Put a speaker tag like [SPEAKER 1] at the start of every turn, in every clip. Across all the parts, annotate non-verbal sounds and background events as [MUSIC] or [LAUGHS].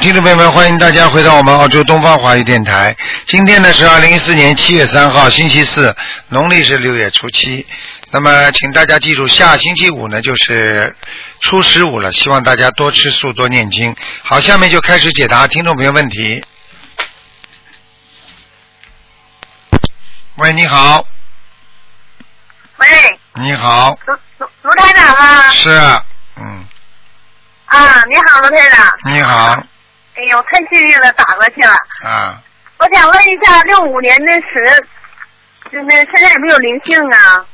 [SPEAKER 1] 听众朋友们，欢迎大家回到我们澳洲东方华语电台。今天呢是二零一四年七月三号，星期四，农历是六月初七。那么，请大家记住，下星期五呢就是初十五了，希望大家多吃素，多念经。好，下面就开始解答听众朋友问题。喂，你好，
[SPEAKER 2] 喂，
[SPEAKER 1] 你好，
[SPEAKER 2] 卢卢卢台长吗？
[SPEAKER 1] 是，嗯，
[SPEAKER 2] 啊，你好，卢台长。
[SPEAKER 1] 你好，
[SPEAKER 2] 哎呦，太幸运了，打过去了。
[SPEAKER 1] 啊，
[SPEAKER 2] 我想问一下，六五年的蛇，就那身上有没有灵性啊？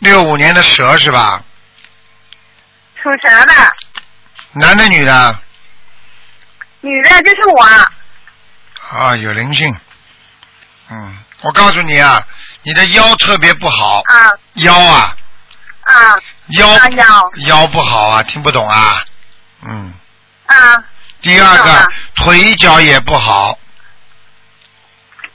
[SPEAKER 1] 六五年的蛇是吧？
[SPEAKER 2] 属蛇的，
[SPEAKER 1] 男的女的？
[SPEAKER 2] 女的就是我。
[SPEAKER 1] 啊，有灵性。嗯，我告诉你啊，你的腰特别不好，
[SPEAKER 2] 啊
[SPEAKER 1] 腰啊，
[SPEAKER 2] 啊
[SPEAKER 1] 腰
[SPEAKER 2] 啊腰
[SPEAKER 1] 腰不好啊，听不懂啊。嗯，
[SPEAKER 2] 啊
[SPEAKER 1] 第二
[SPEAKER 2] 听懂
[SPEAKER 1] 个
[SPEAKER 2] 了
[SPEAKER 1] 腿脚也不好，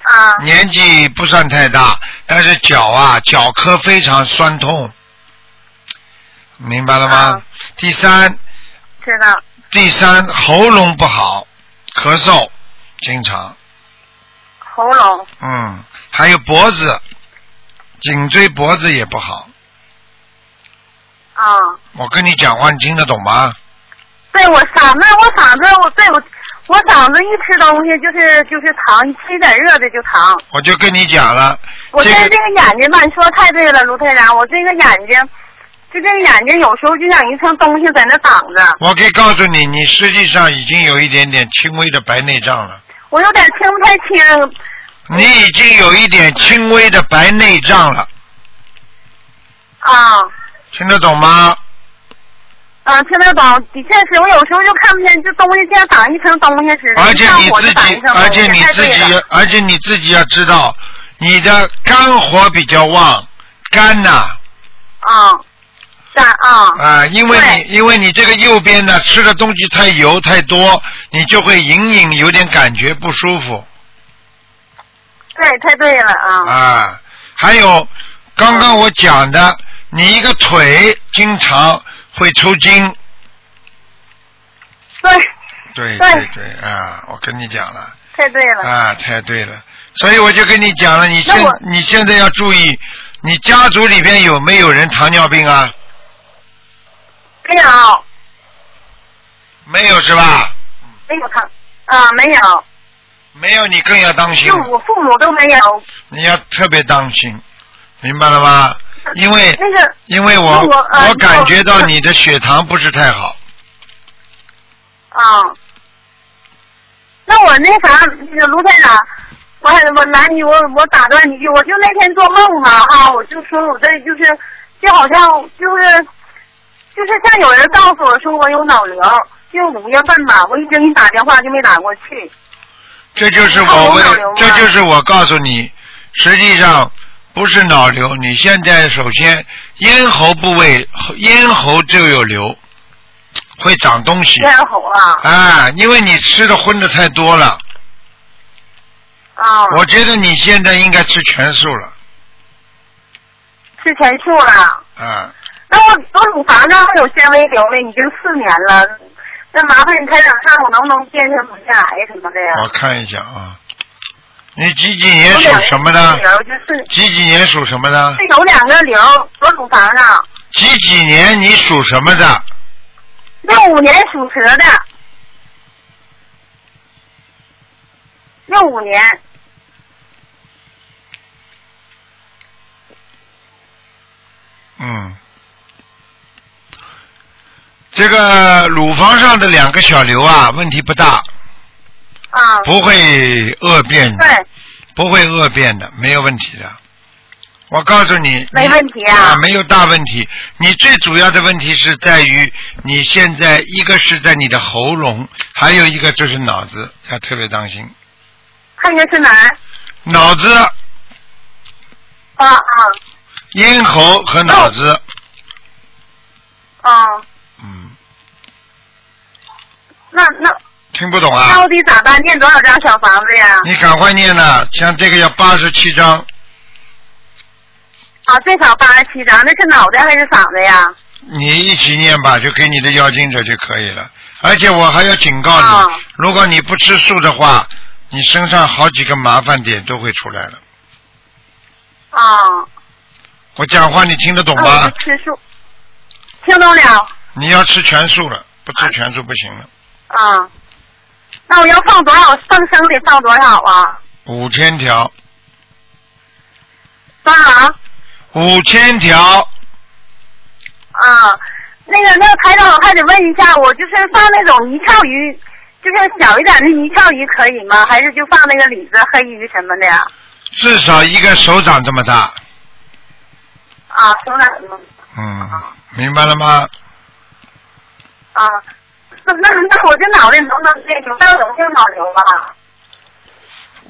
[SPEAKER 2] 啊
[SPEAKER 1] 年纪不算太大，但是脚啊脚科非常酸痛，明白了吗？
[SPEAKER 2] 啊
[SPEAKER 1] 第三
[SPEAKER 2] 知道。
[SPEAKER 1] 第三喉咙不好，咳嗽经常，
[SPEAKER 2] 喉咙
[SPEAKER 1] 嗯，还有脖子，颈椎脖子也不好。
[SPEAKER 2] 啊，
[SPEAKER 1] 我跟你讲话，你听得懂吗？
[SPEAKER 2] 对我嗓子，我嗓子，我对我我嗓子一吃东西就是就是疼，一吃一点热的就疼。
[SPEAKER 1] 我就跟你讲了，
[SPEAKER 2] 我
[SPEAKER 1] 这
[SPEAKER 2] 现在
[SPEAKER 1] 个
[SPEAKER 2] 这个眼睛吧，你说的太对了，卢台长，我这个眼睛，就这个眼睛有时候就像一层东西在那挡着，
[SPEAKER 1] 我可以告诉你，你实际上已经有一点点轻微的白内障了，
[SPEAKER 2] 我有点听不太清。
[SPEAKER 1] 你已经有一点轻微的白内障了，
[SPEAKER 2] 啊，
[SPEAKER 1] 听得懂吗？
[SPEAKER 2] 啊，听得懂，的确是我有时候就看不见，这东西像挡一层东西似的，
[SPEAKER 1] 而
[SPEAKER 2] 一
[SPEAKER 1] 且
[SPEAKER 2] 上
[SPEAKER 1] 你
[SPEAKER 2] 火
[SPEAKER 1] 自
[SPEAKER 2] 就挡一
[SPEAKER 1] 己，
[SPEAKER 2] 层
[SPEAKER 1] 而
[SPEAKER 2] 东
[SPEAKER 1] 且
[SPEAKER 2] 西，
[SPEAKER 1] 你
[SPEAKER 2] 太
[SPEAKER 1] 自
[SPEAKER 2] 对
[SPEAKER 1] 己
[SPEAKER 2] 了。，
[SPEAKER 1] 而且你自己要知道，你的肝火比较旺，肝呐啊、
[SPEAKER 2] 啊，咋啊？
[SPEAKER 1] 因为
[SPEAKER 2] 对
[SPEAKER 1] 你因为你这个右边呢吃的东西太油太多，你就会隐隐有点感觉不舒服。
[SPEAKER 2] 对，太对了啊。
[SPEAKER 1] 啊，还有刚刚我讲的，你一个腿经常会抽筋，
[SPEAKER 2] 对，
[SPEAKER 1] 对
[SPEAKER 2] 对
[SPEAKER 1] 对对啊，我跟你讲了
[SPEAKER 2] 太对了。
[SPEAKER 1] 啊，太对了，所以我就跟你讲了，你
[SPEAKER 2] 那
[SPEAKER 1] 现
[SPEAKER 2] 我
[SPEAKER 1] 你现在要注意，你家族里边有没有人糖尿病啊？
[SPEAKER 2] 没有，
[SPEAKER 1] 没有是吧？
[SPEAKER 2] 没有疼。啊，没有，
[SPEAKER 1] 没有你更要当心
[SPEAKER 2] 就，我父母都没有。
[SPEAKER 1] 你要特别当心，明白了吗？因为
[SPEAKER 2] 那个
[SPEAKER 1] 因为
[SPEAKER 2] 那
[SPEAKER 1] 我
[SPEAKER 2] 我呃
[SPEAKER 1] 我感觉到
[SPEAKER 2] 那我
[SPEAKER 1] 你的血糖不是太好，
[SPEAKER 2] 啊，那我那啥，那个卢台长，我还我拦你，我我打断你一句，我就那天做梦嘛哈、我就说我这就是，就好像就是，就是像有人告诉我说我有脑瘤，就五月份吧，我一直给你打电话就没打过去。
[SPEAKER 1] 这就是
[SPEAKER 2] 看
[SPEAKER 1] 我
[SPEAKER 2] 我
[SPEAKER 1] 为
[SPEAKER 2] 脑瘤，吗
[SPEAKER 1] 这就是我告诉你，实际上不是脑瘤，你现在首先咽喉部位咽喉就有瘤，会长东西
[SPEAKER 2] 咽喉啊
[SPEAKER 1] 啊，因为你吃的荤的太多了，
[SPEAKER 2] 啊，
[SPEAKER 1] 我觉得你现在应该吃全素了
[SPEAKER 2] 吃全素了。
[SPEAKER 1] 啊，
[SPEAKER 2] 那我我乳房上还有纤维瘤呢，已经四年了。那麻烦你台长看我能不能变成乳腺癌什么的呀？
[SPEAKER 1] 我看一下啊，你几几
[SPEAKER 2] 我
[SPEAKER 1] 年属什么的？
[SPEAKER 2] 两个瘤就是
[SPEAKER 1] 几几年属什么的？
[SPEAKER 2] 是有两个瘤，左乳房上。
[SPEAKER 1] 几几年你属什么的？
[SPEAKER 2] 六五年属蛇的，六五年
[SPEAKER 1] 嗯，这个乳房上的两个小瘤啊，问题不大，
[SPEAKER 2] 啊，
[SPEAKER 1] 不会恶变的，
[SPEAKER 2] 对，
[SPEAKER 1] 不会恶变的，没有问题的。我告诉你，
[SPEAKER 2] 没
[SPEAKER 1] 你
[SPEAKER 2] 问题啊
[SPEAKER 1] 没有大问题。你最主要的问题是在于你现在一个是在你的喉咙，还有一个就是脑子，要特别当心。
[SPEAKER 2] 看见是哪儿？
[SPEAKER 1] 脑子、
[SPEAKER 2] 啊啊
[SPEAKER 1] 咽喉和脑子，
[SPEAKER 2] 啊，
[SPEAKER 1] 嗯，
[SPEAKER 2] 那那
[SPEAKER 1] 听不懂啊
[SPEAKER 2] 那？我得咋办？念多少张小房子呀？
[SPEAKER 1] 你赶快念呐，像这个要八十七章。
[SPEAKER 2] 啊，最少八十七张，那是脑袋还是嗓子呀？
[SPEAKER 1] 你一起念吧，就给你的要经者就可以了。而且我还要警告你，
[SPEAKER 2] 哦
[SPEAKER 1] 如果你不吃素的话，你身上好几个麻烦点都会出来了。
[SPEAKER 2] 啊，
[SPEAKER 1] 我讲话你听得懂
[SPEAKER 2] 那
[SPEAKER 1] 吗？
[SPEAKER 2] 我就吃素，听懂了。
[SPEAKER 1] 你要吃全素了，不吃全素不行了，
[SPEAKER 2] 啊，那我要放多少？放生得放多少啊？
[SPEAKER 1] 五千条，
[SPEAKER 2] 多少啊？
[SPEAKER 1] 五千条，
[SPEAKER 2] 啊，那个那个台长，我还得问一下，我就是放那种泥鳅鱼，就是小一点的泥鳅鱼可以吗？还是就放那个李子、黑鱼什么的呀？
[SPEAKER 1] 至少一个手掌这么大。
[SPEAKER 2] 啊，手掌什么？
[SPEAKER 1] 嗯，明白了吗？
[SPEAKER 2] 啊，那那那我这脑袋能不能那种那能性脑瘤吧？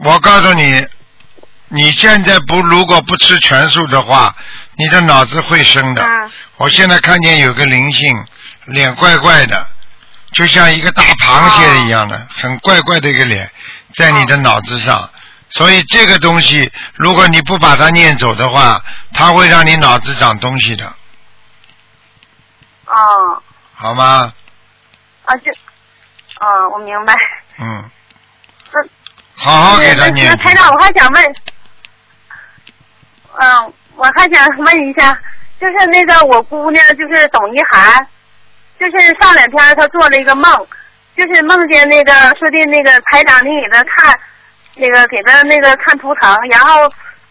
[SPEAKER 1] 我告诉你，你现在不如果不吃全素的话，你的脑子会生的。
[SPEAKER 2] 嗯
[SPEAKER 1] 我现在看见有个灵性，脸怪怪的，就像一个大螃蟹一样
[SPEAKER 2] 哦
[SPEAKER 1] 的，很怪怪的一个脸，在你的脑子上。所以这个东西，如果你不把它念走的话，它会让你脑子长东西的，
[SPEAKER 2] 啊
[SPEAKER 1] 好吗？
[SPEAKER 2] 啊，就啊，我明白。
[SPEAKER 1] 嗯
[SPEAKER 2] 嗯。
[SPEAKER 1] 好好给他
[SPEAKER 2] 那
[SPEAKER 1] 念
[SPEAKER 2] 哎那
[SPEAKER 1] 经。
[SPEAKER 2] 台长，我还想问，嗯、我还想问一下，就是那个我姑娘，就是董一涵，就是上两天她做了一个梦，就是梦见那个说的那个台长，你给她看那个给她那个看图腾，然后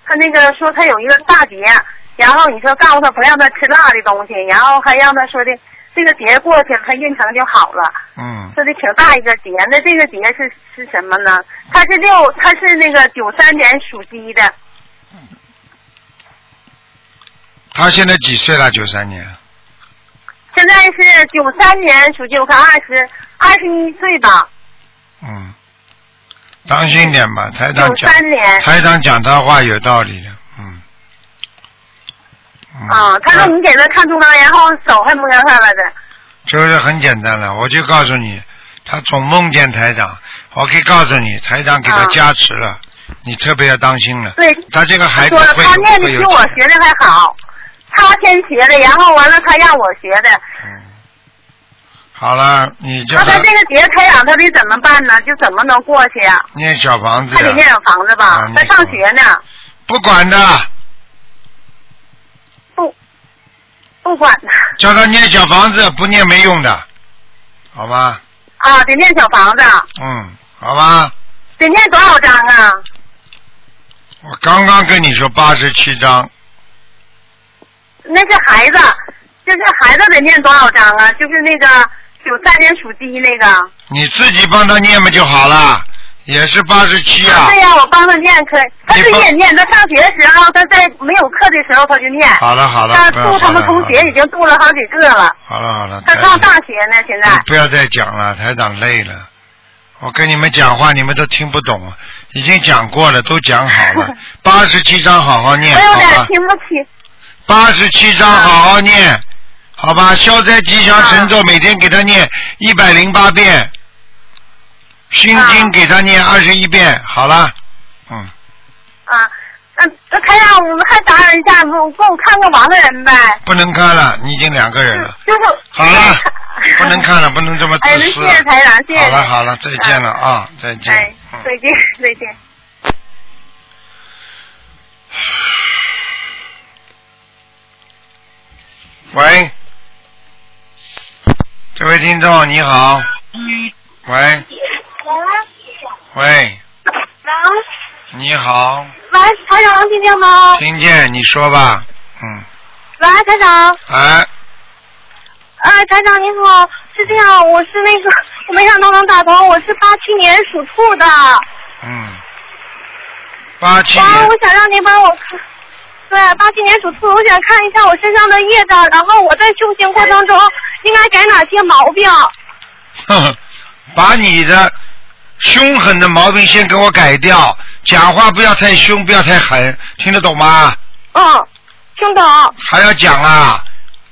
[SPEAKER 2] 她那个说她有一个大劫，然后你说告诉她不让她吃辣的东西，然后还让她说的这个劫过去了，她运程就好了。
[SPEAKER 1] 嗯，
[SPEAKER 2] 说的挺大一个节，那这个节是是什么呢？它是六，它是那个九三年属鸡的，
[SPEAKER 1] 他现在几岁了？九三年。
[SPEAKER 2] 现在是九三年属鸡，我看二十二十一岁吧，
[SPEAKER 1] 嗯，当心点吧，台长
[SPEAKER 2] 九
[SPEAKER 1] 讲，
[SPEAKER 2] 三年
[SPEAKER 1] 台长讲他话有道理的，嗯。嗯
[SPEAKER 2] 啊。他说你给他看图腾，然后手还摸上了的，
[SPEAKER 1] 就是很简单了，我就告诉你，他总梦见台长，我可以告诉你，台长给他
[SPEAKER 2] 啊
[SPEAKER 1] 加持了，你特别要当心了。
[SPEAKER 2] 对，
[SPEAKER 1] 他这个孩子
[SPEAKER 2] 说了
[SPEAKER 1] 会
[SPEAKER 2] 他念的
[SPEAKER 1] 会有
[SPEAKER 2] 比我
[SPEAKER 1] 钱
[SPEAKER 2] 学的还好，他先学的，然后完了他让我学的，
[SPEAKER 1] 嗯，好了，你叫
[SPEAKER 2] 那他
[SPEAKER 1] 他
[SPEAKER 2] 这个节开长他得怎么办呢？就怎么能过去呀、
[SPEAKER 1] 念小房子
[SPEAKER 2] 他得念
[SPEAKER 1] 呀，
[SPEAKER 2] 小房子吧
[SPEAKER 1] 啊，
[SPEAKER 2] 他上学呢，
[SPEAKER 1] 不管的，
[SPEAKER 2] 不不管他。
[SPEAKER 1] 叫他念小房子，不念没用的，好吧？
[SPEAKER 2] 啊，得念小房子，
[SPEAKER 1] 嗯，好吧。
[SPEAKER 2] 得念多少章啊？
[SPEAKER 1] 我刚刚跟你说八十七章，
[SPEAKER 2] 那是孩子，就是孩子得念多少章啊？就是那个九三年属鸡那个。
[SPEAKER 1] 你自己帮他念嘛就好了，也是八十七啊
[SPEAKER 2] 对。呀、我帮他念可以，他自己也念。他上学的时候，他在没有课的时候他就念。
[SPEAKER 1] 好了好了，嗯
[SPEAKER 2] 他
[SPEAKER 1] 不要
[SPEAKER 2] 度他们同学已经度了好几个了。
[SPEAKER 1] 好了好了，
[SPEAKER 2] 他
[SPEAKER 1] 台长
[SPEAKER 2] 上大学呢，现在
[SPEAKER 1] 你不要再讲了，台长累了。我跟你们讲话，你们都听不懂，已经讲过了，都讲好
[SPEAKER 2] [LAUGHS]
[SPEAKER 1] 了。八十七章好好念，
[SPEAKER 2] 我有
[SPEAKER 1] 嗯好
[SPEAKER 2] 点
[SPEAKER 1] 吧？
[SPEAKER 2] 听不清。
[SPEAKER 1] 八十七章好好念，好吧？消灾吉祥神咒每天给他念一百零八遍，心经
[SPEAKER 2] 啊
[SPEAKER 1] 给他念二十一遍，好了，嗯。
[SPEAKER 2] 啊，嗯，那台长，我们还打扰一下，给我给我看个亡人呗。
[SPEAKER 1] 不能看了，你已经两个人了。
[SPEAKER 2] 就就是。
[SPEAKER 1] 哎好
[SPEAKER 2] [LAUGHS]
[SPEAKER 1] 了，不能看了，不能这么
[SPEAKER 2] 嗯哎，
[SPEAKER 1] 自
[SPEAKER 2] 那谢
[SPEAKER 1] 私了
[SPEAKER 2] 谢。台长，谢谢。
[SPEAKER 1] 好了好了，再见了啊，再
[SPEAKER 2] 哎
[SPEAKER 1] 见。，嗯
[SPEAKER 2] 再见再见。
[SPEAKER 1] 喂，这位听众你好。喂喂，
[SPEAKER 3] 喂，
[SPEAKER 1] 你好，
[SPEAKER 3] 喂，台长听见吗？
[SPEAKER 1] 听见你说吧，嗯，
[SPEAKER 3] 喂，台长，
[SPEAKER 1] 哎，
[SPEAKER 3] 呃，台长您好，是这样，我是那个，我没想到能打通，我是八七年属兔的，
[SPEAKER 1] 嗯，八七
[SPEAKER 3] 然后
[SPEAKER 1] 年
[SPEAKER 3] 我想让您帮我看，对，八七年属兔，我想看一下我身上的业障，然后我在修行过程中应该改哪些毛病？
[SPEAKER 1] 呵呵， [LAUGHS] 把你的凶狠的毛病先给我改掉，讲话不要太凶，不要太狠，听得懂吗？
[SPEAKER 3] 嗯，听懂？
[SPEAKER 1] 还要讲啊？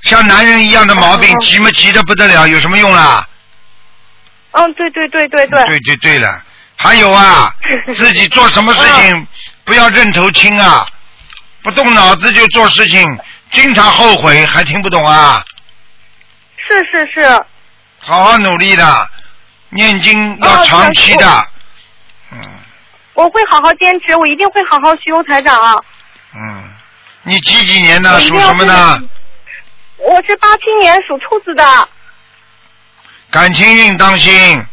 [SPEAKER 1] 像男人一样的毛病
[SPEAKER 3] 嗯，嗯
[SPEAKER 1] 急嘛急的不得了，有什么用啊啦？
[SPEAKER 3] 嗯，对对对对对，
[SPEAKER 1] 对对对了，还有
[SPEAKER 2] [LAUGHS]
[SPEAKER 1] 啊，自己做什么事情
[SPEAKER 2] 嗯
[SPEAKER 1] 不要认头青啊，不动脑子就做事情，经常后悔，还听不懂啊？
[SPEAKER 2] 是是是，
[SPEAKER 1] 好好努力的，念经要
[SPEAKER 2] 哦
[SPEAKER 1] 长期的。嗯
[SPEAKER 2] 长我会好好坚持，我一定会好好修台长啊。
[SPEAKER 1] 嗯，你几几年的？
[SPEAKER 2] 我一定
[SPEAKER 1] 属
[SPEAKER 2] 要
[SPEAKER 1] 什么的？
[SPEAKER 2] 我是八七年属兔子的，
[SPEAKER 1] 感情运当心，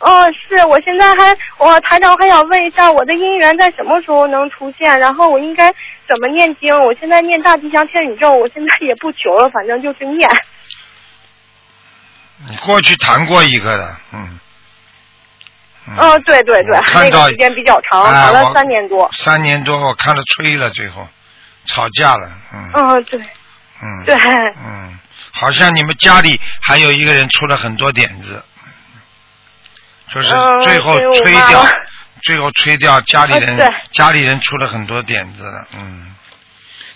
[SPEAKER 2] 嗯，是我现在还我台长我还想问一下，我的姻缘在什么时候能出现？然后我应该怎么念经？我现在念大吉祥天宇咒，我现在也不求了，反正就是念。
[SPEAKER 1] 你过去谈过一个的，嗯。
[SPEAKER 2] 嗯，对对对
[SPEAKER 1] 我，看
[SPEAKER 2] 那
[SPEAKER 1] 到
[SPEAKER 2] 个时间比较长，
[SPEAKER 1] 哎
[SPEAKER 2] 谈了
[SPEAKER 1] 我
[SPEAKER 2] 三年多。
[SPEAKER 1] 三年多，我看着吹了，最后吵架了，嗯
[SPEAKER 2] 嗯，对
[SPEAKER 1] 嗯
[SPEAKER 2] 对，
[SPEAKER 1] 嗯，好像你们家里还有一个人出了很多点子，就是
[SPEAKER 2] 嗯
[SPEAKER 1] 最后
[SPEAKER 2] 对我
[SPEAKER 1] 吹
[SPEAKER 2] 妈
[SPEAKER 1] 掉，
[SPEAKER 2] 妈
[SPEAKER 1] 最后吹掉家里人、
[SPEAKER 2] 呃对
[SPEAKER 1] 家里人出了很多点子了，嗯，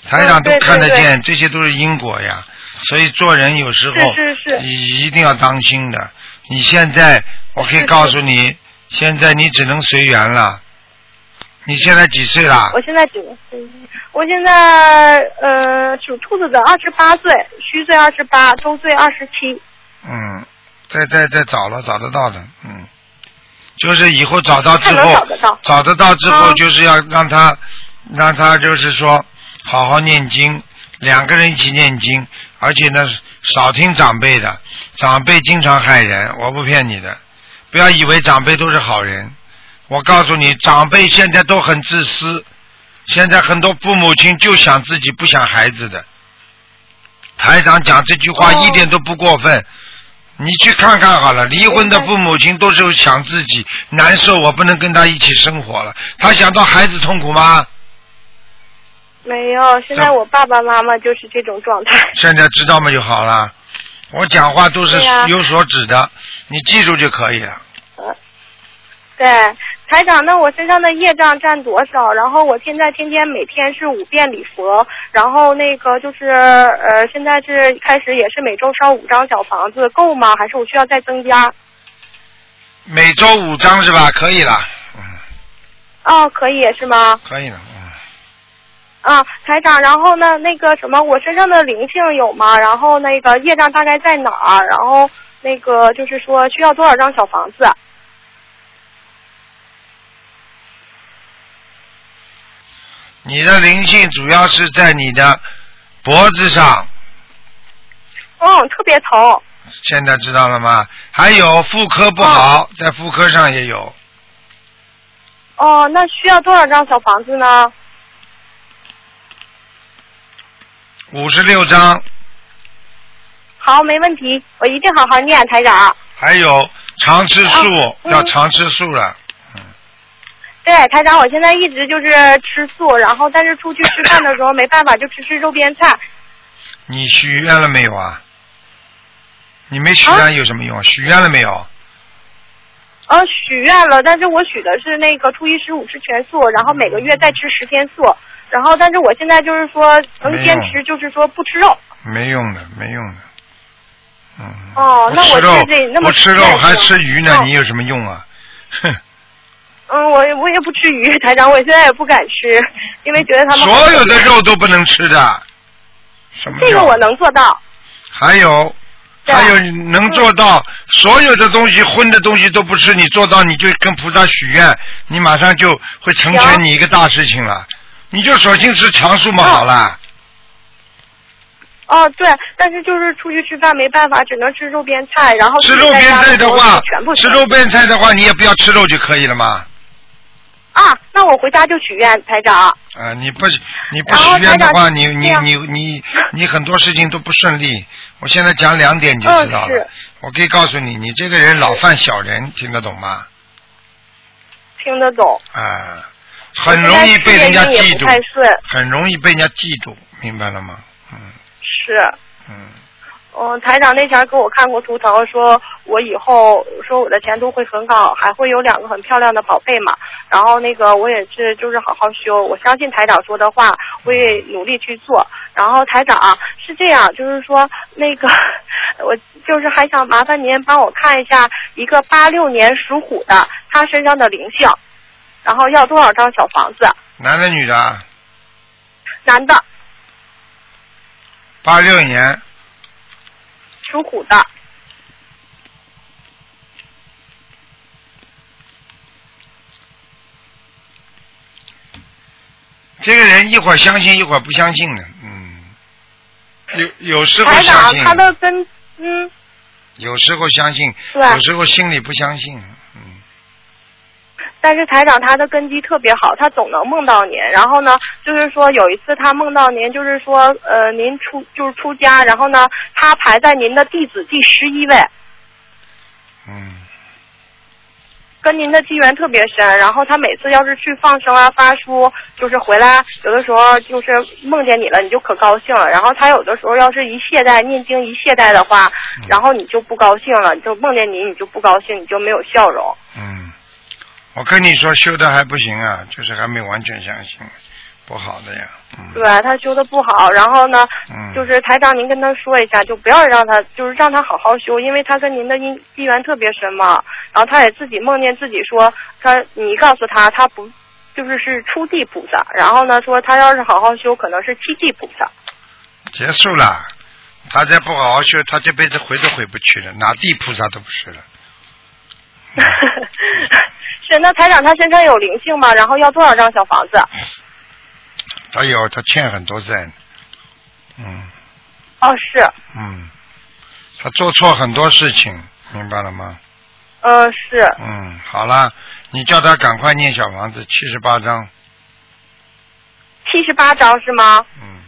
[SPEAKER 1] 台长都
[SPEAKER 2] 哦对对
[SPEAKER 1] 看得
[SPEAKER 2] 对
[SPEAKER 1] 见，这些都是因果呀，所以做人有时候
[SPEAKER 2] 是是是
[SPEAKER 1] 你一定要当心的。你现在我可以
[SPEAKER 2] 是
[SPEAKER 1] 告诉你，现在你只能随缘了。你现在几岁啦？
[SPEAKER 2] 我现在九岁，我现在呃属兔子的，二十八岁，虚岁二十八，周岁二十七。
[SPEAKER 1] 嗯，再再再找了，找得到的，嗯，就是以后找到之
[SPEAKER 2] 还能
[SPEAKER 1] 后，
[SPEAKER 2] 找得到
[SPEAKER 1] 找得到之后
[SPEAKER 2] 嗯
[SPEAKER 1] 就是要让他，让他就是说好好念经，两个人一起念经，而且呢少听长辈的，长辈经常害人，我不骗你的，不要以为长辈都是好人，我告诉你，长辈现在都很自私，现在很多父母亲就想自己不想孩子的。台长讲这句话
[SPEAKER 2] 哦
[SPEAKER 1] 一点都不过分，你去看看好了。
[SPEAKER 2] 嗯
[SPEAKER 1] 离婚的父母亲都是想自己难受，我不能跟他一起生活了。他想到孩子痛苦吗？
[SPEAKER 2] 没有，现在我爸爸妈妈就是这种状态。
[SPEAKER 1] 现在知道吗就好了。我讲话都是
[SPEAKER 2] 对呀
[SPEAKER 1] 有所指的，你记住就可以了。
[SPEAKER 2] 对，台长，那我身上的业障占多少？然后我现在天天每天是五遍礼佛，然后那个就是呃，现在是开始也是每周烧五张小房子，够吗？还是我需要再增加？
[SPEAKER 1] 每周五章是吧？可以了，嗯，
[SPEAKER 2] 哦，可以是吗？
[SPEAKER 1] 可以了，嗯。
[SPEAKER 2] 啊，台长，然后呢，那个什么，我身上的灵性有吗？然后那个业障大概在哪儿？然后那个就是说需要多少张小房子？
[SPEAKER 1] 你的灵性主要是在你的脖子上，
[SPEAKER 2] 嗯，特别疼。
[SPEAKER 1] 现在知道了吗？还有妇科不好，在妇科上也有。
[SPEAKER 2] 哦，那需要多少张小房子呢？
[SPEAKER 1] 五十六章，
[SPEAKER 2] 好，没问题，我一定好好念，台长。
[SPEAKER 1] 还有常吃素，
[SPEAKER 2] 啊嗯
[SPEAKER 1] 要常吃素了。
[SPEAKER 2] 对，台长，我现在一直就是吃素，然后但是出去吃饭的时候没办法，就吃吃周边菜。
[SPEAKER 1] 你许愿了没有啊？你没
[SPEAKER 2] 啊
[SPEAKER 1] 许愿有什么用？啊许愿了没有？
[SPEAKER 2] 呃，许愿了，但是我许的是那个初一十五吃全素，然后每个月再吃十天素，然后但是我现在就是说能
[SPEAKER 1] 没
[SPEAKER 2] 坚
[SPEAKER 1] 用
[SPEAKER 2] 持，就是说不吃肉。
[SPEAKER 1] 没用的，没用的。嗯。
[SPEAKER 2] 哦那
[SPEAKER 1] 不吃
[SPEAKER 2] 我
[SPEAKER 1] 肉
[SPEAKER 2] 是这，那么
[SPEAKER 1] 不吃肉
[SPEAKER 2] 实在是
[SPEAKER 1] 还吃鱼呢，
[SPEAKER 2] 哦
[SPEAKER 1] 你有什么用啊？哼。
[SPEAKER 2] 嗯，我也我也不吃鱼，台长，我现在也不敢吃，因为觉得他们
[SPEAKER 1] 所有的肉都不能吃的。什么？
[SPEAKER 2] 这个我。能做到。
[SPEAKER 1] 还有，
[SPEAKER 2] 对啊嗯
[SPEAKER 1] 还有能做到所有的东西，荤的东西都不吃，你做到你就跟菩萨许愿，你马上就会成全
[SPEAKER 2] 行
[SPEAKER 1] 你一个大事情了。你就索性吃强素嘛，
[SPEAKER 2] 嗯
[SPEAKER 1] 好了。
[SPEAKER 2] 哦，对，但是就是出去吃饭没办法，只能吃肉边菜，然后
[SPEAKER 1] 吃肉边菜的话
[SPEAKER 2] 全部，
[SPEAKER 1] 吃肉边菜的话，你也不要吃肉就可以了嘛。
[SPEAKER 2] 啊，那我回家就许愿，台长。
[SPEAKER 1] 啊，你不你不
[SPEAKER 2] 然后
[SPEAKER 1] 许愿的
[SPEAKER 2] 台
[SPEAKER 1] 话，
[SPEAKER 2] 长
[SPEAKER 1] 你你
[SPEAKER 2] 这样 [LAUGHS]
[SPEAKER 1] 你你你很多事情都不顺利。我现在讲两点你就知道了
[SPEAKER 2] 嗯是。
[SPEAKER 1] 我可以告诉你，你这个人老犯小人，听得懂吗？
[SPEAKER 2] 听得懂，
[SPEAKER 1] 啊，很容易被人家嫉
[SPEAKER 2] 我现在事业运也不太
[SPEAKER 1] 妒，
[SPEAKER 2] 顺，
[SPEAKER 1] 很容易被人家嫉妒，明白了吗？嗯
[SPEAKER 2] 是。
[SPEAKER 1] 嗯，
[SPEAKER 2] 嗯，台长那前儿给我看过图腾，说我以后说我的前途会很好，还会有两个很漂亮的宝贝嘛。然后那个我也是就是好好修，我相信台长说的话，我也努力去做。然后台长、啊、是这样，就是说那个 [LAUGHS] 我就是还想麻烦您帮我看一下一个八六年属虎的他身上的灵性，然后要多少张小房子？
[SPEAKER 1] 男的女的啊？
[SPEAKER 2] 男的，
[SPEAKER 1] 八六年，
[SPEAKER 2] 属虎的，
[SPEAKER 1] 这个人一会儿相信一会儿不相信的，嗯，有有时候
[SPEAKER 2] 台
[SPEAKER 1] 相
[SPEAKER 2] 长
[SPEAKER 1] 信，
[SPEAKER 2] 他的跟嗯
[SPEAKER 1] 有时候相信，
[SPEAKER 2] 对
[SPEAKER 1] 有时候心里不相信，嗯，
[SPEAKER 2] 但是台长他的根基特别好，他总能梦到您。然后呢，就是说有一次他梦到您，就是说呃您出就是出家，然后呢他排在您的弟子第十一位，
[SPEAKER 1] 嗯，
[SPEAKER 2] 跟您的机缘特别深。然后他每次要是去放生啊发书，就是回来有的时候就是梦见你了，你就可高兴了。然后他有的时候要是一懈怠念经一懈怠的话，然后你就不高兴了，你就梦见你你就不高兴，你就没有笑容。
[SPEAKER 1] 嗯，我跟你说，修的还不行啊，就是还没完全相信，不好的呀。嗯，
[SPEAKER 2] 对，他修的不好，然后呢，
[SPEAKER 1] 嗯，
[SPEAKER 2] 就是台长，您跟他说一下，就不要让他，就是让他好好修，因为他跟您的因机缘特别深嘛。然后他也自己梦见自己说，他你告诉他，他不就是是初地菩萨，然后呢说他要是好好修，可能是七地菩萨。 [LAUGHS]
[SPEAKER 1] 结束了。他再不好好修，他这辈子回都回不去了，哪地菩萨都不是了。
[SPEAKER 2] 是，那台长他身上有灵性吗？然后要多少张小房子？
[SPEAKER 1] 他有，他欠很多债呢。嗯
[SPEAKER 2] 哦，是，
[SPEAKER 1] 嗯，他做错很多事情，明白了吗？
[SPEAKER 2] 呃，是，
[SPEAKER 1] 嗯，好了，你叫他赶快念小房子七十八章。
[SPEAKER 2] 七十八张是吗？
[SPEAKER 1] 嗯，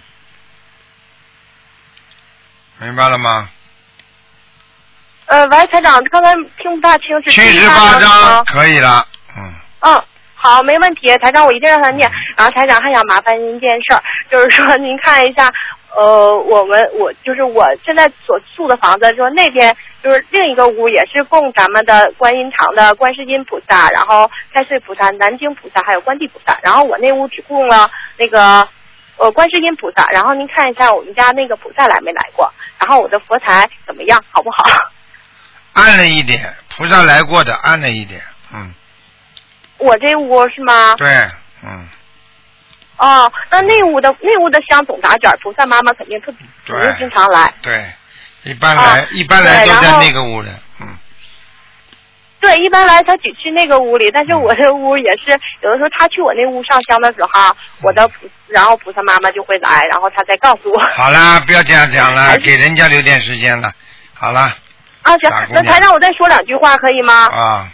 [SPEAKER 1] 明白了吗？
[SPEAKER 2] 呃，喂，台长，刚才听不大清，是
[SPEAKER 1] 七十
[SPEAKER 2] 八
[SPEAKER 1] 八
[SPEAKER 2] 吗
[SPEAKER 1] 章？可以了。嗯。
[SPEAKER 2] 嗯，好，没问题，台长，我一定让他念。然后台长还想麻烦您一件事儿，就是说您看一下，呃，我们我就是我现在所住的房子，就是那边就是另一个屋也是供咱们的观音堂的观世音菩萨，然后太岁菩萨、南京菩萨还有观地菩萨，然后我那屋只供了那个。呃，观世音菩萨，然后您看一下我们家那个菩萨来没来过，然后我的佛台怎么样，好不 [LAUGHS] 好？
[SPEAKER 1] 暗了一点，菩萨来过的暗了一点，嗯，
[SPEAKER 2] 我这屋是吗？
[SPEAKER 1] 对，嗯，
[SPEAKER 2] 哦，那内务的内务的香总打卷，菩萨妈妈肯定特别
[SPEAKER 1] 对
[SPEAKER 2] 肯定经常来。
[SPEAKER 1] 对，一般来、
[SPEAKER 2] 啊
[SPEAKER 1] 一般来都
[SPEAKER 2] 对然
[SPEAKER 1] 在
[SPEAKER 2] 后
[SPEAKER 1] 那个屋的，嗯，
[SPEAKER 2] 对，一般来他只去那个屋里，但是
[SPEAKER 1] 嗯
[SPEAKER 2] 我这屋也是有的时候他去我那屋上香的时候，啊我的
[SPEAKER 1] 嗯
[SPEAKER 2] 菩然后菩萨妈妈就会来，然后他再告诉我。
[SPEAKER 1] 好啦，不要这样讲了
[SPEAKER 2] 还，是
[SPEAKER 1] 给人家留点时间了，好啦，
[SPEAKER 2] 啊，行
[SPEAKER 1] 傻姑，
[SPEAKER 2] 那
[SPEAKER 1] 娘
[SPEAKER 2] 台长我再说两句话可以吗？
[SPEAKER 1] 啊，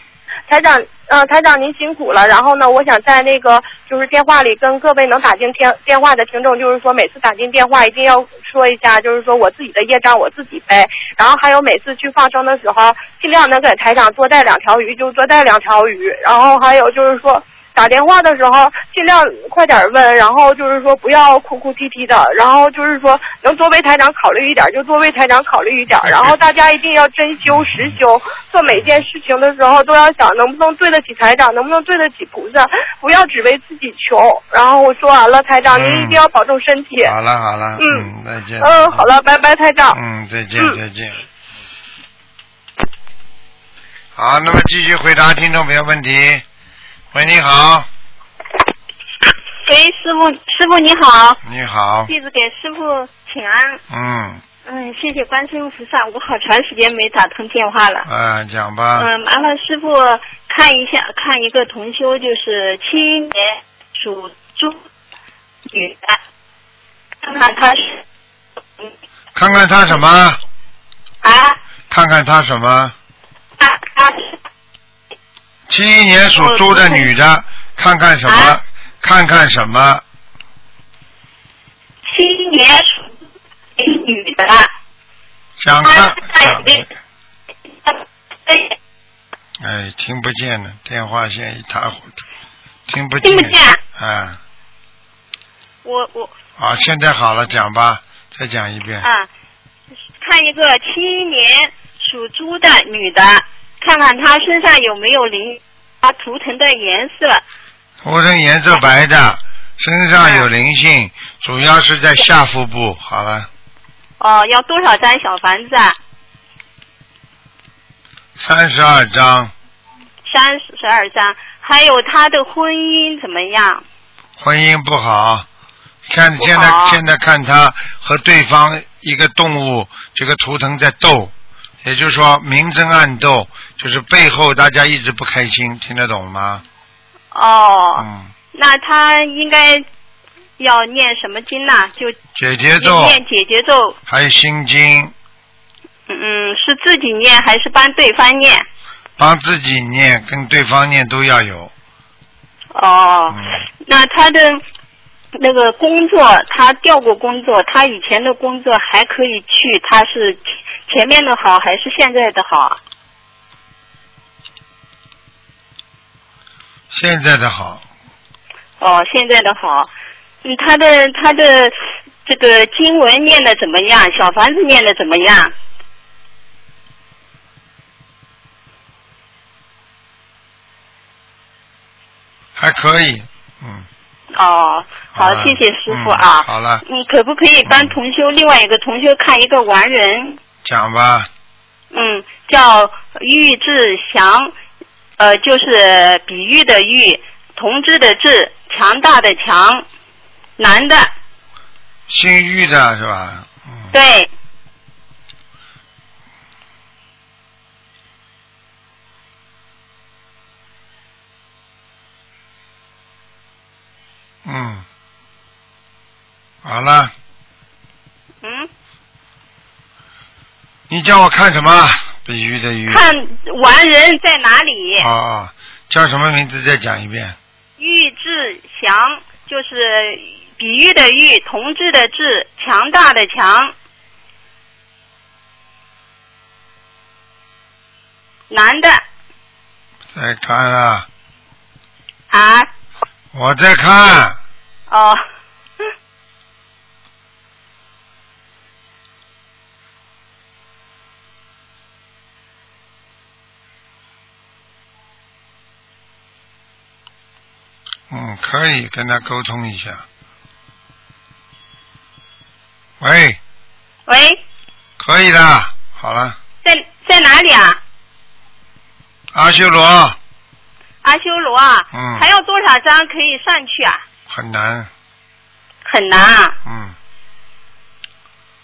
[SPEAKER 2] 台长，呃，台长您辛苦了。然后呢，我想在那个就是电话里跟各位能打进电电话的听众，就是说每次打进电话一定要说一下，就是说我自己的业障我自己背。然后还有每次去放生的时候，尽量能给台长多带两条鱼，就多带两条鱼。然后还有就是说。打电话的时候尽量快点问，然后就是说不要哭哭啼啼的，然后就是说能多为台长考虑一点就多为台长考虑一点，然后大家一定要真修实修，做每件事情的时候都要想能不能对得起台长，能不能对得起菩萨，不要只为自己求。然后我说完了，台长您一定要保重身体。
[SPEAKER 1] 好了好了，
[SPEAKER 2] 嗯
[SPEAKER 1] 嗯，再见，
[SPEAKER 2] 嗯，好，了，拜拜，台长。
[SPEAKER 1] 嗯，再见
[SPEAKER 2] 嗯
[SPEAKER 1] 再见。好，那么继续回答听众朋友问题。喂，你好，
[SPEAKER 4] 喂，师傅，师傅你好，
[SPEAKER 1] 你好，
[SPEAKER 4] 弟子给师傅请安。
[SPEAKER 1] 嗯，
[SPEAKER 4] 嗯，谢谢观世音菩萨，我好长时间没打通电话了。
[SPEAKER 1] 啊，讲吧，
[SPEAKER 4] 嗯，麻烦师傅看一下，看一个同修，就是七一年属猪女的，看看她是
[SPEAKER 1] 看看他什么，
[SPEAKER 4] 啊
[SPEAKER 1] 看看他什么。
[SPEAKER 4] 啊啊是
[SPEAKER 1] 七一年属猪的女的，看看什么？
[SPEAKER 4] 啊
[SPEAKER 1] 看看什么？
[SPEAKER 4] 七一年属猪的女的，
[SPEAKER 1] 想看
[SPEAKER 4] 她？啊在
[SPEAKER 1] 想
[SPEAKER 4] 她在
[SPEAKER 1] 哎，听不见了，电话线一塌糊涂，听不见。
[SPEAKER 4] 听不见。
[SPEAKER 1] 啊
[SPEAKER 4] 我我
[SPEAKER 1] 啊！现在好了，讲吧，再讲一遍。
[SPEAKER 4] 啊，看一个七一年属猪的女的，看看她身上有没有灵，她图腾的颜色。
[SPEAKER 1] 图腾颜色白的，身上
[SPEAKER 4] 啊
[SPEAKER 1] 有灵性，主要是在下腹部。好了，
[SPEAKER 4] 哦，要多少张小房子啊？
[SPEAKER 1] 三十二章，
[SPEAKER 4] 三十二张。还有她的婚姻怎么样？
[SPEAKER 1] 婚姻不好。看
[SPEAKER 4] 不好
[SPEAKER 1] 现在现在看他和对方一个动物这个图腾在斗，也就是说明争暗斗，就是背后大家一直不开心，听得懂吗？
[SPEAKER 4] 哦，
[SPEAKER 1] 嗯，
[SPEAKER 4] 那他应该要念什么经呐？就
[SPEAKER 1] 解节奏
[SPEAKER 4] 念姐姐咒，
[SPEAKER 1] 还有心经，
[SPEAKER 4] 嗯，是自己念还是帮对方念？
[SPEAKER 1] 帮自己念跟对方念都要有。
[SPEAKER 4] 哦，
[SPEAKER 1] 嗯，
[SPEAKER 4] 那他的那个工作，他调过工作，他以前的工作还可以去，他是前前面的好还是现在的好啊？
[SPEAKER 1] 现在的好，
[SPEAKER 4] 哦，现在的好。嗯，他的他的这个经文念的怎么样？小房子念的怎么样？
[SPEAKER 1] 还可以，嗯。
[SPEAKER 4] 哦，好，
[SPEAKER 1] 了
[SPEAKER 4] 谢谢师傅
[SPEAKER 1] 嗯
[SPEAKER 4] 啊。
[SPEAKER 1] 好了，
[SPEAKER 4] 你可不可以帮同修另外一个同修看一个完人？
[SPEAKER 1] 讲吧，
[SPEAKER 4] 嗯，叫喻志祥，呃，就是比喻的喻，同志的志，强大的强，男的，
[SPEAKER 1] 姓玉的是吧？嗯。
[SPEAKER 4] 对，
[SPEAKER 1] 嗯。好了，
[SPEAKER 4] 嗯，
[SPEAKER 1] 你叫我看什么？比喻的喻。
[SPEAKER 4] 看完人在哪里？
[SPEAKER 1] 哦哦，叫什么名字？再讲一遍。
[SPEAKER 4] 喻志祥就是比喻的喻，同志的志，强大的强，男的
[SPEAKER 1] 再看啊，
[SPEAKER 4] 啊，
[SPEAKER 1] 我在看，
[SPEAKER 4] 哦， [LAUGHS]
[SPEAKER 1] 嗯，可以跟他沟通一下。喂，
[SPEAKER 4] 喂，
[SPEAKER 1] 可以的，好了，
[SPEAKER 4] 在在哪里啊？
[SPEAKER 1] 阿修罗
[SPEAKER 4] 阿修罗啊，
[SPEAKER 1] 嗯
[SPEAKER 4] 还要多少张可以上去啊？
[SPEAKER 1] 很难，
[SPEAKER 4] 很难啊，
[SPEAKER 1] 嗯，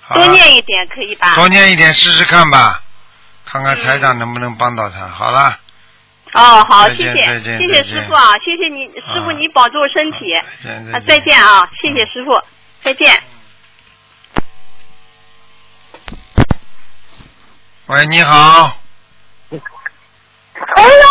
[SPEAKER 1] 好
[SPEAKER 4] 多
[SPEAKER 1] 了，
[SPEAKER 4] 念一点啊可以吧？
[SPEAKER 1] 多念一点试试看吧，看看台长能不能帮到他。好了，
[SPEAKER 4] 哦，好，
[SPEAKER 1] 再
[SPEAKER 4] 谢
[SPEAKER 1] 见再
[SPEAKER 4] 谢，
[SPEAKER 1] 见
[SPEAKER 4] 谢
[SPEAKER 1] 再
[SPEAKER 4] 谢
[SPEAKER 1] 见
[SPEAKER 4] 师傅啊，谢谢你，师傅
[SPEAKER 1] 啊嗯
[SPEAKER 4] 你保重身体
[SPEAKER 1] 好再见
[SPEAKER 4] 啊，再见啊，谢谢师傅，再见。
[SPEAKER 1] 喂，你好，
[SPEAKER 2] 哎呀，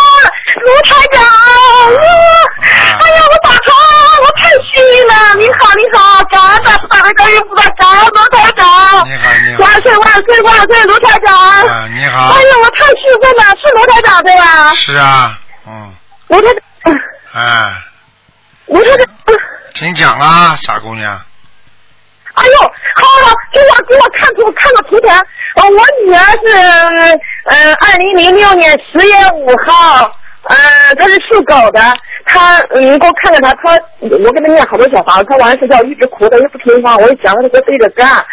[SPEAKER 2] 卢台长，哇哎呀，我打通了，我太幸运了！您好，您好，感恩大慈大悲观世音菩萨，感恩卢台
[SPEAKER 4] 哦
[SPEAKER 2] 长
[SPEAKER 1] 你，好，你好，
[SPEAKER 2] 万岁万岁万岁，卢台长！
[SPEAKER 1] 啊，你好
[SPEAKER 2] 哎，呀，我太兴奋了，是卢台长对吧？
[SPEAKER 1] 是啊，嗯，
[SPEAKER 2] 卢台长，
[SPEAKER 1] 哎，
[SPEAKER 2] 卢台长，
[SPEAKER 1] 请讲啊，傻姑娘，
[SPEAKER 2] 哎呦，好了，给我给我看图看个图腾，呃我女儿是呃二零零六年十月五号。呃，她是属狗的，她嗯，你给我看看她，她我给她念好多小房子，她晚上睡觉一直哭，她又不听话，我就讲她给我背着干，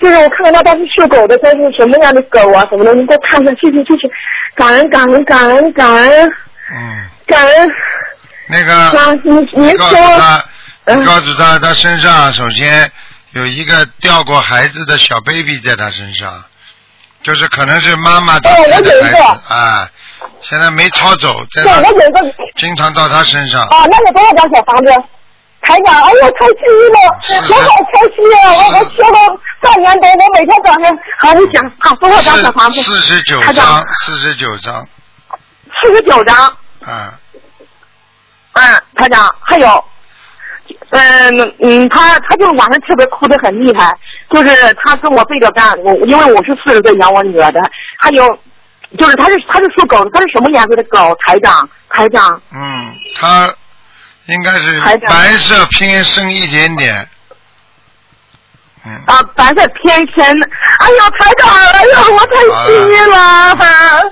[SPEAKER 2] 就是我看看她她是属狗的，她是什么样的狗啊什么的，你给我看一下，谢谢谢谢，感恩感恩感恩感恩
[SPEAKER 1] 嗯，
[SPEAKER 2] 感恩，
[SPEAKER 1] 那个。
[SPEAKER 2] 妈，你
[SPEAKER 1] 你
[SPEAKER 2] 您
[SPEAKER 1] 告诉
[SPEAKER 2] 说，嗯
[SPEAKER 1] 他，你告诉他，他身上啊首先有一个掉过孩子的小 baby 在他身上，就是可能是妈妈打
[SPEAKER 2] 哦
[SPEAKER 1] 掉
[SPEAKER 2] 我
[SPEAKER 1] 的
[SPEAKER 2] 有
[SPEAKER 1] 孩
[SPEAKER 2] 一个
[SPEAKER 1] 子啊，现在没抄走，在
[SPEAKER 2] 对，
[SPEAKER 1] 他
[SPEAKER 2] 我有个
[SPEAKER 1] 经常到他身上，
[SPEAKER 2] 啊，那有多少张小房子？台长，哎呀，太幸运了，我好开心啊！我我学了半年多，我每天早上好，你想好多少张小房子
[SPEAKER 1] 四？四十九
[SPEAKER 2] 台长
[SPEAKER 1] 张，四十九张
[SPEAKER 2] 四十九张。
[SPEAKER 1] 啊，
[SPEAKER 2] 嗯，台长，还有，嗯嗯，他他就是晚上特别哭得很厉害，就是他跟我背着干，我因为我是四十岁养我女儿的，还有，就是他是他是属狗的，他是什么颜色的狗？哦台长，台长，
[SPEAKER 1] 嗯，他应该是
[SPEAKER 2] 台长
[SPEAKER 1] 白色偏深一点点，嗯，
[SPEAKER 2] 啊，白色偏深。哎呀，台长，哎呀，我太幸运了，啊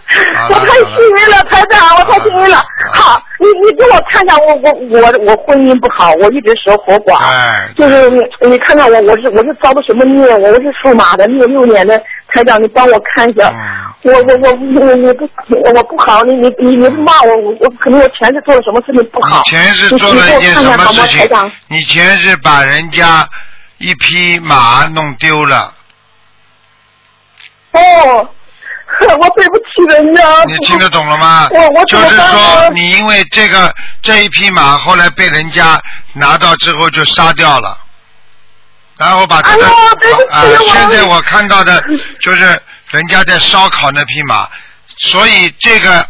[SPEAKER 2] 我太幸运了，台长，我太幸运了。好，你你给我看看，我我我我婚姻不好，我一直守活寡。
[SPEAKER 1] 哎，
[SPEAKER 2] 就是你你看看我，我是我是遭的什么孽？我是属马的，六六年的台长，你帮我看一下。
[SPEAKER 1] 嗯。
[SPEAKER 2] 我我我我我不我不好，你你你你骂我，我我肯定我前世做了什么事情不好。
[SPEAKER 1] 你前世
[SPEAKER 2] 你
[SPEAKER 1] 做了一件
[SPEAKER 2] 你给我
[SPEAKER 1] 什
[SPEAKER 2] 看看
[SPEAKER 1] 么
[SPEAKER 2] 好吗，
[SPEAKER 1] 事
[SPEAKER 2] 台
[SPEAKER 1] 情
[SPEAKER 2] 长？
[SPEAKER 1] 你前世把人家一匹马弄丢了，
[SPEAKER 5] 哦，我对不起人家。
[SPEAKER 1] 你听得懂了吗？
[SPEAKER 5] 我我
[SPEAKER 1] 就
[SPEAKER 5] 怎么
[SPEAKER 1] 是
[SPEAKER 5] 办
[SPEAKER 1] 说
[SPEAKER 5] 呢，
[SPEAKER 1] 你因为这个这一匹马后来被人家拿到之后就杀掉了，然后把这个
[SPEAKER 5] 哎呦对不起
[SPEAKER 1] 啊、
[SPEAKER 5] 我
[SPEAKER 1] 现在我看到的就是人家在烧烤那匹马，所以这个。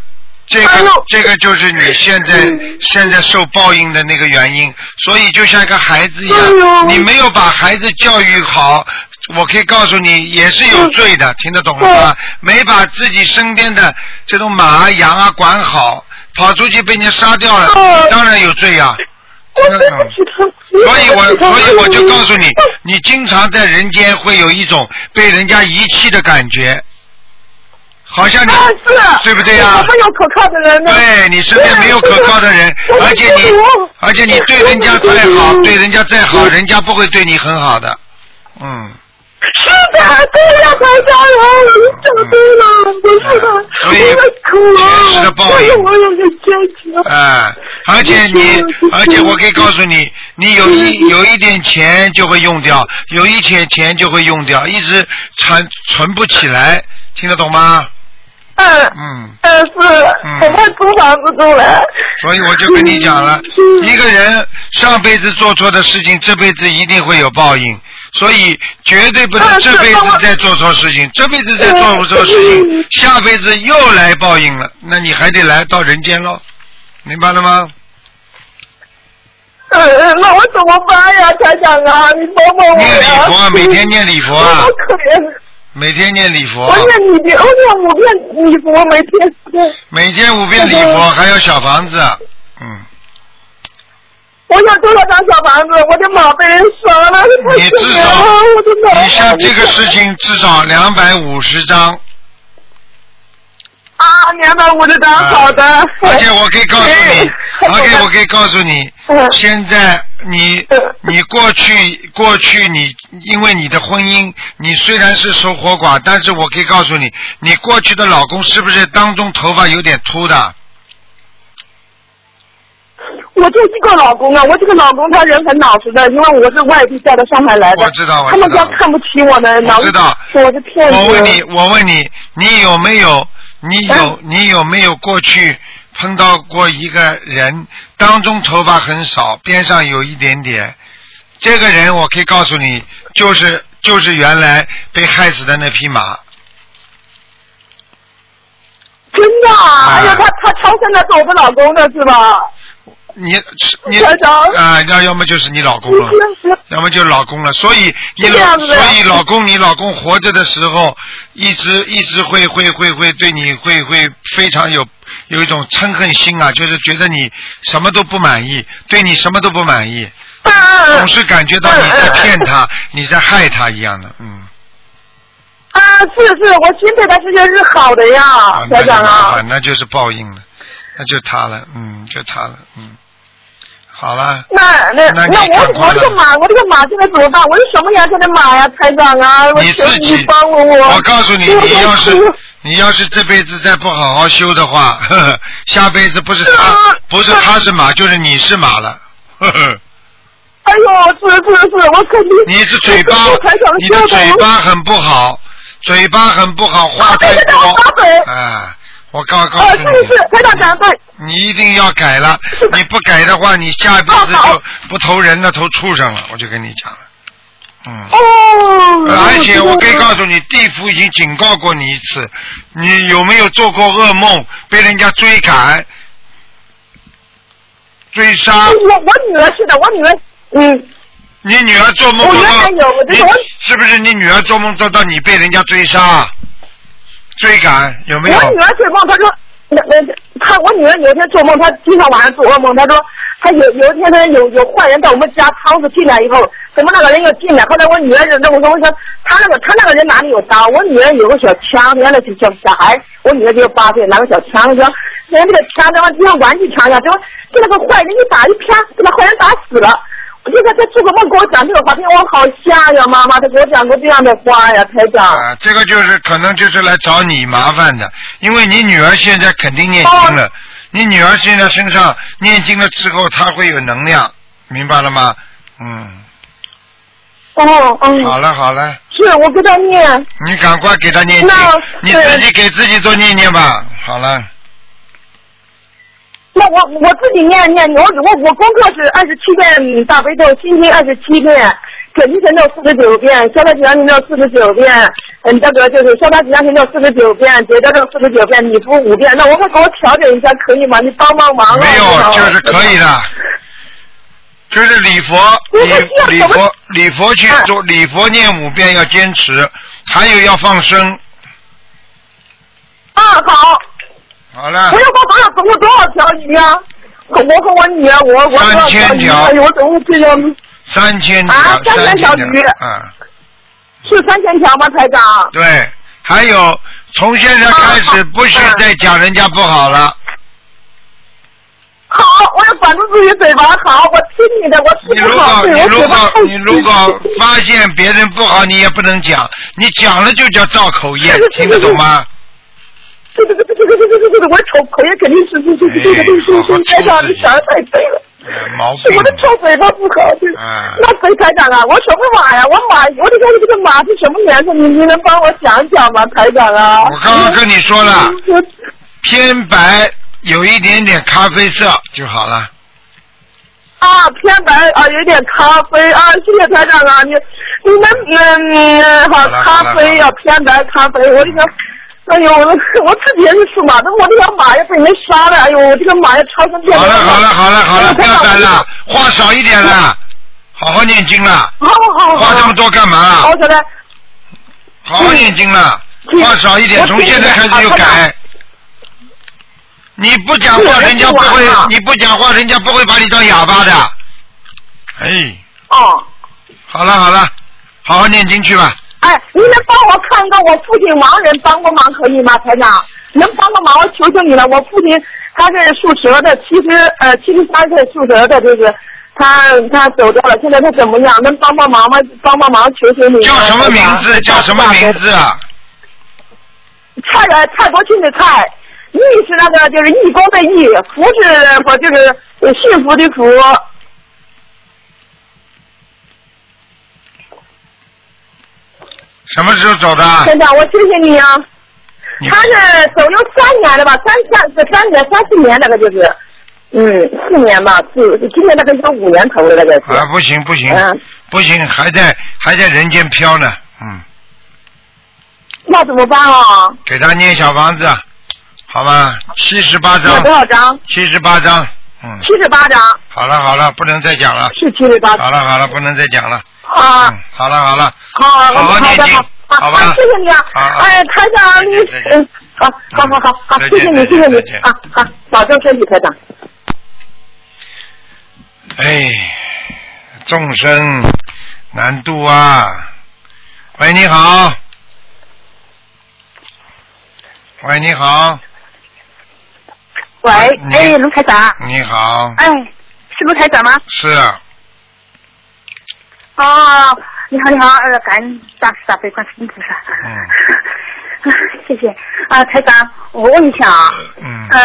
[SPEAKER 1] 这个、
[SPEAKER 5] 哎呦嗯
[SPEAKER 1] 这个就是你现在现在受报应的那个原因，所以就像一个孩子一样，
[SPEAKER 5] 哎呦
[SPEAKER 1] 你没有把孩子教育好，我可以告诉你也是有罪
[SPEAKER 5] 嗯
[SPEAKER 1] 的，听得懂了吗？啊没把自己身边的这种马啊、羊啊管好，跑出去被人家杀掉了，
[SPEAKER 5] 哎
[SPEAKER 1] 当然有罪呀、
[SPEAKER 5] 我
[SPEAKER 1] 那
[SPEAKER 5] 对不起他。
[SPEAKER 1] 所以我
[SPEAKER 5] 对不起他
[SPEAKER 1] 所以我就
[SPEAKER 2] 嗯
[SPEAKER 1] 告诉你，你经常在人间会有一种被人家遗弃的感觉，好像你
[SPEAKER 5] 啊，是，
[SPEAKER 1] 对不对呀
[SPEAKER 5] 我没有可靠的啊人呢。
[SPEAKER 1] 对你身边没有可靠的人
[SPEAKER 5] 对，
[SPEAKER 1] 而且你而且你对人家再好，对人家再好，人家不会对你很好的，嗯。
[SPEAKER 5] 是的，对呀，台长，你讲对了，不是的，
[SPEAKER 1] 所以
[SPEAKER 5] 我在哭
[SPEAKER 1] 前世的
[SPEAKER 5] 啊，
[SPEAKER 1] 报
[SPEAKER 5] 但
[SPEAKER 1] 应
[SPEAKER 5] 是我有个坚持。
[SPEAKER 1] [LAUGHS] 哎，而且你，而且我可以告诉你，你有一有一点钱就会用掉，有一点钱就会用掉，一直存存不起来，听得懂吗？
[SPEAKER 5] 嗯。
[SPEAKER 1] 嗯，
[SPEAKER 5] 但是我怕租房子住了。
[SPEAKER 1] 所以我就跟
[SPEAKER 5] 嗯
[SPEAKER 1] 你讲了，一个人上辈子做错的事情，这辈子一定会有报应，所以绝对不能
[SPEAKER 5] 嗯是
[SPEAKER 1] 这辈子
[SPEAKER 5] 帮我
[SPEAKER 1] 再做错事情，这辈子再做错事情
[SPEAKER 5] 嗯，
[SPEAKER 1] 下辈子又来报应了，那你还得来到人间喽，明白了吗？
[SPEAKER 5] 嗯，那我怎么办呀，台长啊？你帮帮我
[SPEAKER 1] 念礼
[SPEAKER 5] 呀！
[SPEAKER 1] 佛啊，每天念礼佛
[SPEAKER 5] 我
[SPEAKER 1] 啊
[SPEAKER 5] 好，可怜，
[SPEAKER 1] 每天念礼佛
[SPEAKER 5] 我
[SPEAKER 1] 啊，
[SPEAKER 5] 念你遍，我念五遍你佛每天。
[SPEAKER 1] 每天五遍礼佛，还有小房子，嗯，
[SPEAKER 5] 我想多少张小房子，我的马被人杀了，
[SPEAKER 1] 你
[SPEAKER 5] 太可
[SPEAKER 1] 至
[SPEAKER 5] 怜
[SPEAKER 1] 少
[SPEAKER 5] 了，我的脑。
[SPEAKER 1] 你像这个事情至少两百五十
[SPEAKER 5] 哦
[SPEAKER 1] 张，
[SPEAKER 5] 啊，两百五十张，
[SPEAKER 1] 啊
[SPEAKER 5] 好的。
[SPEAKER 1] 而且我可以告诉你
[SPEAKER 5] 哎好的
[SPEAKER 1] ，OK，我可以告诉你，
[SPEAKER 5] 嗯
[SPEAKER 1] 现在你
[SPEAKER 5] 嗯
[SPEAKER 1] 你过去过去你因为你的婚姻，你虽然是守活寡，但是我可以告诉你，你过去的老公是不是当中头发有点秃的？
[SPEAKER 5] 我就一个老公啊，我这个老公他人很老实的，因为我是外地嫁到上海来的，
[SPEAKER 1] 我知道我知道
[SPEAKER 5] 他们家看不起我呢，老
[SPEAKER 1] 我知道
[SPEAKER 5] 说我是骗子。
[SPEAKER 1] 我问你，我问你，你有没有，你有，你有没有过去碰到过一个人，当中头发很少，边上有一点点，这个人我可以告诉你，就是就是原来被害死的那匹马。
[SPEAKER 5] 真的啊？
[SPEAKER 1] 啊
[SPEAKER 5] 哎呀，他他超生的是我们老公的是吧？
[SPEAKER 1] 你是你
[SPEAKER 5] 台长
[SPEAKER 1] 啊，要要么就是你老公了，要么就是老公了。所以你老，
[SPEAKER 5] 这样子
[SPEAKER 1] 所
[SPEAKER 5] 的
[SPEAKER 1] 以老公，你老公活着的时候，一直一直会会会会对你会会非常有有一种嗔恨心啊，就是觉得你什么都不满意，对你什么都不满意，
[SPEAKER 5] 啊
[SPEAKER 1] 总是感觉到你在骗
[SPEAKER 5] 嗯
[SPEAKER 1] 他，你在害他一样的，嗯，
[SPEAKER 5] 啊，是是，我心对他这些是好的呀，
[SPEAKER 1] 那
[SPEAKER 5] 台
[SPEAKER 1] 就
[SPEAKER 5] 长
[SPEAKER 1] 麻
[SPEAKER 5] 啊
[SPEAKER 1] 烦，。那就是报应了，那就他了，嗯，就他了，嗯，好了。
[SPEAKER 5] 那哎那
[SPEAKER 1] 那你
[SPEAKER 5] 那
[SPEAKER 1] 赶
[SPEAKER 5] 我
[SPEAKER 1] 快
[SPEAKER 5] 我这
[SPEAKER 1] 了
[SPEAKER 5] 个马，我这个马现在怎么办？我是什么颜色的马呀，台长啊？我
[SPEAKER 1] 你
[SPEAKER 5] 求
[SPEAKER 1] 自己
[SPEAKER 5] 你帮帮我。
[SPEAKER 1] 我告诉你，
[SPEAKER 5] 我
[SPEAKER 1] 你要是
[SPEAKER 5] 我
[SPEAKER 1] 你要是这辈子再不好好修的话，呵呵，下辈子不是
[SPEAKER 5] 是
[SPEAKER 1] 他
[SPEAKER 5] 啊
[SPEAKER 1] 不是他是马，就是你是马了。呵呵，
[SPEAKER 5] 哎呦，是是是，我肯定。
[SPEAKER 1] 你是嘴巴
[SPEAKER 5] 我台长，
[SPEAKER 1] 你
[SPEAKER 5] 教
[SPEAKER 1] 的
[SPEAKER 5] 导
[SPEAKER 1] 嘴
[SPEAKER 5] 我
[SPEAKER 1] 巴很不好，嘴巴很不好，话太
[SPEAKER 5] 啊对对对
[SPEAKER 1] 多
[SPEAKER 5] 我发嘴。
[SPEAKER 1] 啊，我告告
[SPEAKER 5] 啊，
[SPEAKER 1] 诉
[SPEAKER 5] 是
[SPEAKER 1] 你
[SPEAKER 5] 是，，台长讲对。
[SPEAKER 1] 你一定要改了
[SPEAKER 5] 是，的
[SPEAKER 1] 你不改的话，你下辈子
[SPEAKER 5] 哦好
[SPEAKER 1] 就不投人了，投畜生了，我就跟你讲了。嗯。
[SPEAKER 5] 哦。
[SPEAKER 1] 而且我可以
[SPEAKER 5] 知道
[SPEAKER 1] 告诉你，地府已经警告过你一次，你有没有做过噩梦，被人家追赶、追杀？
[SPEAKER 5] 我我女儿是的，我女儿嗯，
[SPEAKER 1] 你女儿做梦
[SPEAKER 5] 我
[SPEAKER 1] 做
[SPEAKER 5] 原来
[SPEAKER 1] 到
[SPEAKER 5] 有我，
[SPEAKER 1] 你
[SPEAKER 5] 这个我
[SPEAKER 1] 是不是你女儿做梦做到你被人家追杀、追赶？有没有？
[SPEAKER 5] 我女儿做梦，她说，那那她我女儿有一天做梦，她经常晚上做噩梦，她说她有有一天她有有坏人到我们家仓子进来以后，怎么那个人又进来？后来我女儿就跟我说，我说他那个他那个人哪里有刀？我女儿有个小枪，原来是小小孩，我女儿只有八岁，拿个小枪，说人这个枪他妈就像玩具枪一样，结果给那个坏人一打一啪，给那坏人打死了。我就在他做个梦，给我讲这个话，听我好吓呀，妈妈，他给我讲过这样的话呀，台长。
[SPEAKER 1] 啊，这个就是可能就是来找你麻烦的，因为你女儿现在肯定念经
[SPEAKER 5] 哦
[SPEAKER 1] 了，你女儿现在身上念经了之后，她会有能量，明白了吗？嗯，
[SPEAKER 5] 哦，嗯。
[SPEAKER 1] 好了好了，
[SPEAKER 5] 是是我给他念，
[SPEAKER 1] 你赶快给他念经
[SPEAKER 5] 那，
[SPEAKER 1] 你
[SPEAKER 5] 对
[SPEAKER 1] 自己给自己做念念吧。好了，
[SPEAKER 5] 那我我自己念念，我我我功课是二十七遍大悲咒，心经二十七遍，准提神咒四十九遍，消灾吉祥神咒四十九遍，嗯，这个就是消灾吉祥神咒四十九遍，解灾咒四十九遍，礼佛五遍。那我会给我调整一下，可以吗？你帮帮忙啊！
[SPEAKER 1] 没有，
[SPEAKER 5] 你知道吗
[SPEAKER 1] 就是可以的，就是礼佛，
[SPEAKER 5] 不是
[SPEAKER 1] 礼
[SPEAKER 5] 需要
[SPEAKER 1] 礼
[SPEAKER 5] 什
[SPEAKER 1] 佛
[SPEAKER 5] 么
[SPEAKER 1] 礼佛去
[SPEAKER 5] 啊
[SPEAKER 1] 做，礼佛念五遍要坚持，还有要放生。
[SPEAKER 5] 啊，好，
[SPEAKER 1] 好了
[SPEAKER 5] 不，是我好像总共多少条鱼啊？我和我女儿，我我多
[SPEAKER 1] 三
[SPEAKER 5] 少条
[SPEAKER 1] 千
[SPEAKER 5] 鱼
[SPEAKER 1] 条
[SPEAKER 5] 啊？哎呦我总共这个
[SPEAKER 1] 三千条，
[SPEAKER 5] 啊三千
[SPEAKER 1] 千
[SPEAKER 5] 条鱼
[SPEAKER 1] 嗯，
[SPEAKER 5] 是三千条吗，台长？
[SPEAKER 1] 对，还有从现在开
[SPEAKER 5] 啊
[SPEAKER 1] 始不许再讲人家不好了。
[SPEAKER 5] 好，我要管住自己嘴巴。好，我听你的，我
[SPEAKER 1] 你
[SPEAKER 5] 吃
[SPEAKER 1] 如
[SPEAKER 5] 不好
[SPEAKER 1] 果
[SPEAKER 5] 对
[SPEAKER 1] 你
[SPEAKER 5] 我
[SPEAKER 1] 如
[SPEAKER 5] 嘴巴
[SPEAKER 1] 果你如果发现别人不好，你也不能讲，你讲了就叫造口
[SPEAKER 5] [LAUGHS]
[SPEAKER 1] 业，听得懂吗？
[SPEAKER 5] 对对对对对对对对对对，我的口口音肯定是是是是这个对对对，台长你想的太对了。
[SPEAKER 1] 毛病
[SPEAKER 5] 是我的臭嘴巴不好，对。
[SPEAKER 1] 啊
[SPEAKER 5] 那谁台长啊？我什么马呀？我马，我得看这个马是什么颜色，你你能帮我讲讲吗，台长啊？
[SPEAKER 1] 我刚刚跟你说了，
[SPEAKER 5] 我
[SPEAKER 1] 偏白有一点点咖啡色就好了。
[SPEAKER 5] 啊，偏白啊，有点咖啡啊，谢谢台长啊，你你们嗯嗯好
[SPEAKER 1] 好了好了
[SPEAKER 5] 咖啡啊，偏白咖啡，我这个。哎呦，我我自己也是属马的，我这条马也被人杀了，哎呦，我这个马也超生变
[SPEAKER 1] 好了好了好了好了，不
[SPEAKER 5] 台
[SPEAKER 1] 要
[SPEAKER 5] 长
[SPEAKER 1] 烦了，话少一点了，好好念经了，
[SPEAKER 5] 好好好，
[SPEAKER 1] 话这么多啊干嘛？
[SPEAKER 5] 好，小的，
[SPEAKER 1] 好好念经了，
[SPEAKER 5] 嗯
[SPEAKER 1] 话少一点，
[SPEAKER 5] 我
[SPEAKER 1] 从现在开始就
[SPEAKER 5] 听你的啊
[SPEAKER 1] 改。你不讲话，
[SPEAKER 5] 是
[SPEAKER 1] 人家不
[SPEAKER 5] 我
[SPEAKER 1] 会
[SPEAKER 5] 听完了；
[SPEAKER 1] 你不讲话，人家不会把你当哑巴的。哎，
[SPEAKER 5] 哦，
[SPEAKER 1] 好了好了，好好念经去吧。
[SPEAKER 5] 哎，你能帮我看看我父亲盲人帮个忙可以吗，台长？能帮个忙，我求求你了。我父亲他是属蛇的，七十呃七十三岁属蛇的，就是他他走掉了，现在他怎么样？能帮帮忙吗？帮帮忙，求求你了。
[SPEAKER 1] 叫什么名字？
[SPEAKER 5] 台长
[SPEAKER 1] 叫什么名？字啊？
[SPEAKER 5] 蔡呃蔡国庆的蔡，义是那个就是义工的义，福是我就是呃幸福的福。
[SPEAKER 1] 啊什么时候走的？
[SPEAKER 5] 台长，我谢谢你啊。
[SPEAKER 1] 你
[SPEAKER 5] 他是走了三年了吧，三三三年三四年那个就是，嗯，四年吧，四今年那个是五年头了那个是。
[SPEAKER 1] 啊，不行不行
[SPEAKER 5] 嗯，
[SPEAKER 1] 不行，还在还在人间飘呢。嗯，
[SPEAKER 5] 那怎么办啊？
[SPEAKER 1] 给他念小房子，啊好吧？七十八
[SPEAKER 5] 要
[SPEAKER 1] 章
[SPEAKER 5] 多，少张？
[SPEAKER 1] 七十八章。嗯，
[SPEAKER 5] 七十八张，
[SPEAKER 1] 好了好了，不能再讲了。
[SPEAKER 5] 是七十八
[SPEAKER 1] 好了好了，不能再讲了。
[SPEAKER 5] 啊。
[SPEAKER 1] 嗯，好了好了，
[SPEAKER 5] 好，
[SPEAKER 1] 好好念
[SPEAKER 5] 的，
[SPEAKER 1] 经
[SPEAKER 5] 好，
[SPEAKER 1] 好吧
[SPEAKER 5] 啊谢谢你啊
[SPEAKER 1] 好好，
[SPEAKER 5] 哎，台长，你
[SPEAKER 1] 再见再见
[SPEAKER 5] 嗯，好，好好好好
[SPEAKER 1] 再，见
[SPEAKER 5] 谢谢你
[SPEAKER 1] 再，
[SPEAKER 5] 谢
[SPEAKER 1] 见
[SPEAKER 5] 谢你
[SPEAKER 1] 再见
[SPEAKER 5] 啊，好，保重身体，台长。
[SPEAKER 1] 哎，众生难度啊！喂，你好。喂，你好，
[SPEAKER 6] 喂
[SPEAKER 1] 嗯，
[SPEAKER 6] 哎，卢台长，
[SPEAKER 1] 你好，
[SPEAKER 6] 哎，是卢台长吗？
[SPEAKER 1] 是啊
[SPEAKER 6] 哦，你好，你好，呃，感恩大慈大悲观世音菩萨。
[SPEAKER 1] 嗯
[SPEAKER 6] 啊， [LAUGHS] 谢谢啊，台长，我问一下啊，
[SPEAKER 1] 嗯，
[SPEAKER 6] 呃，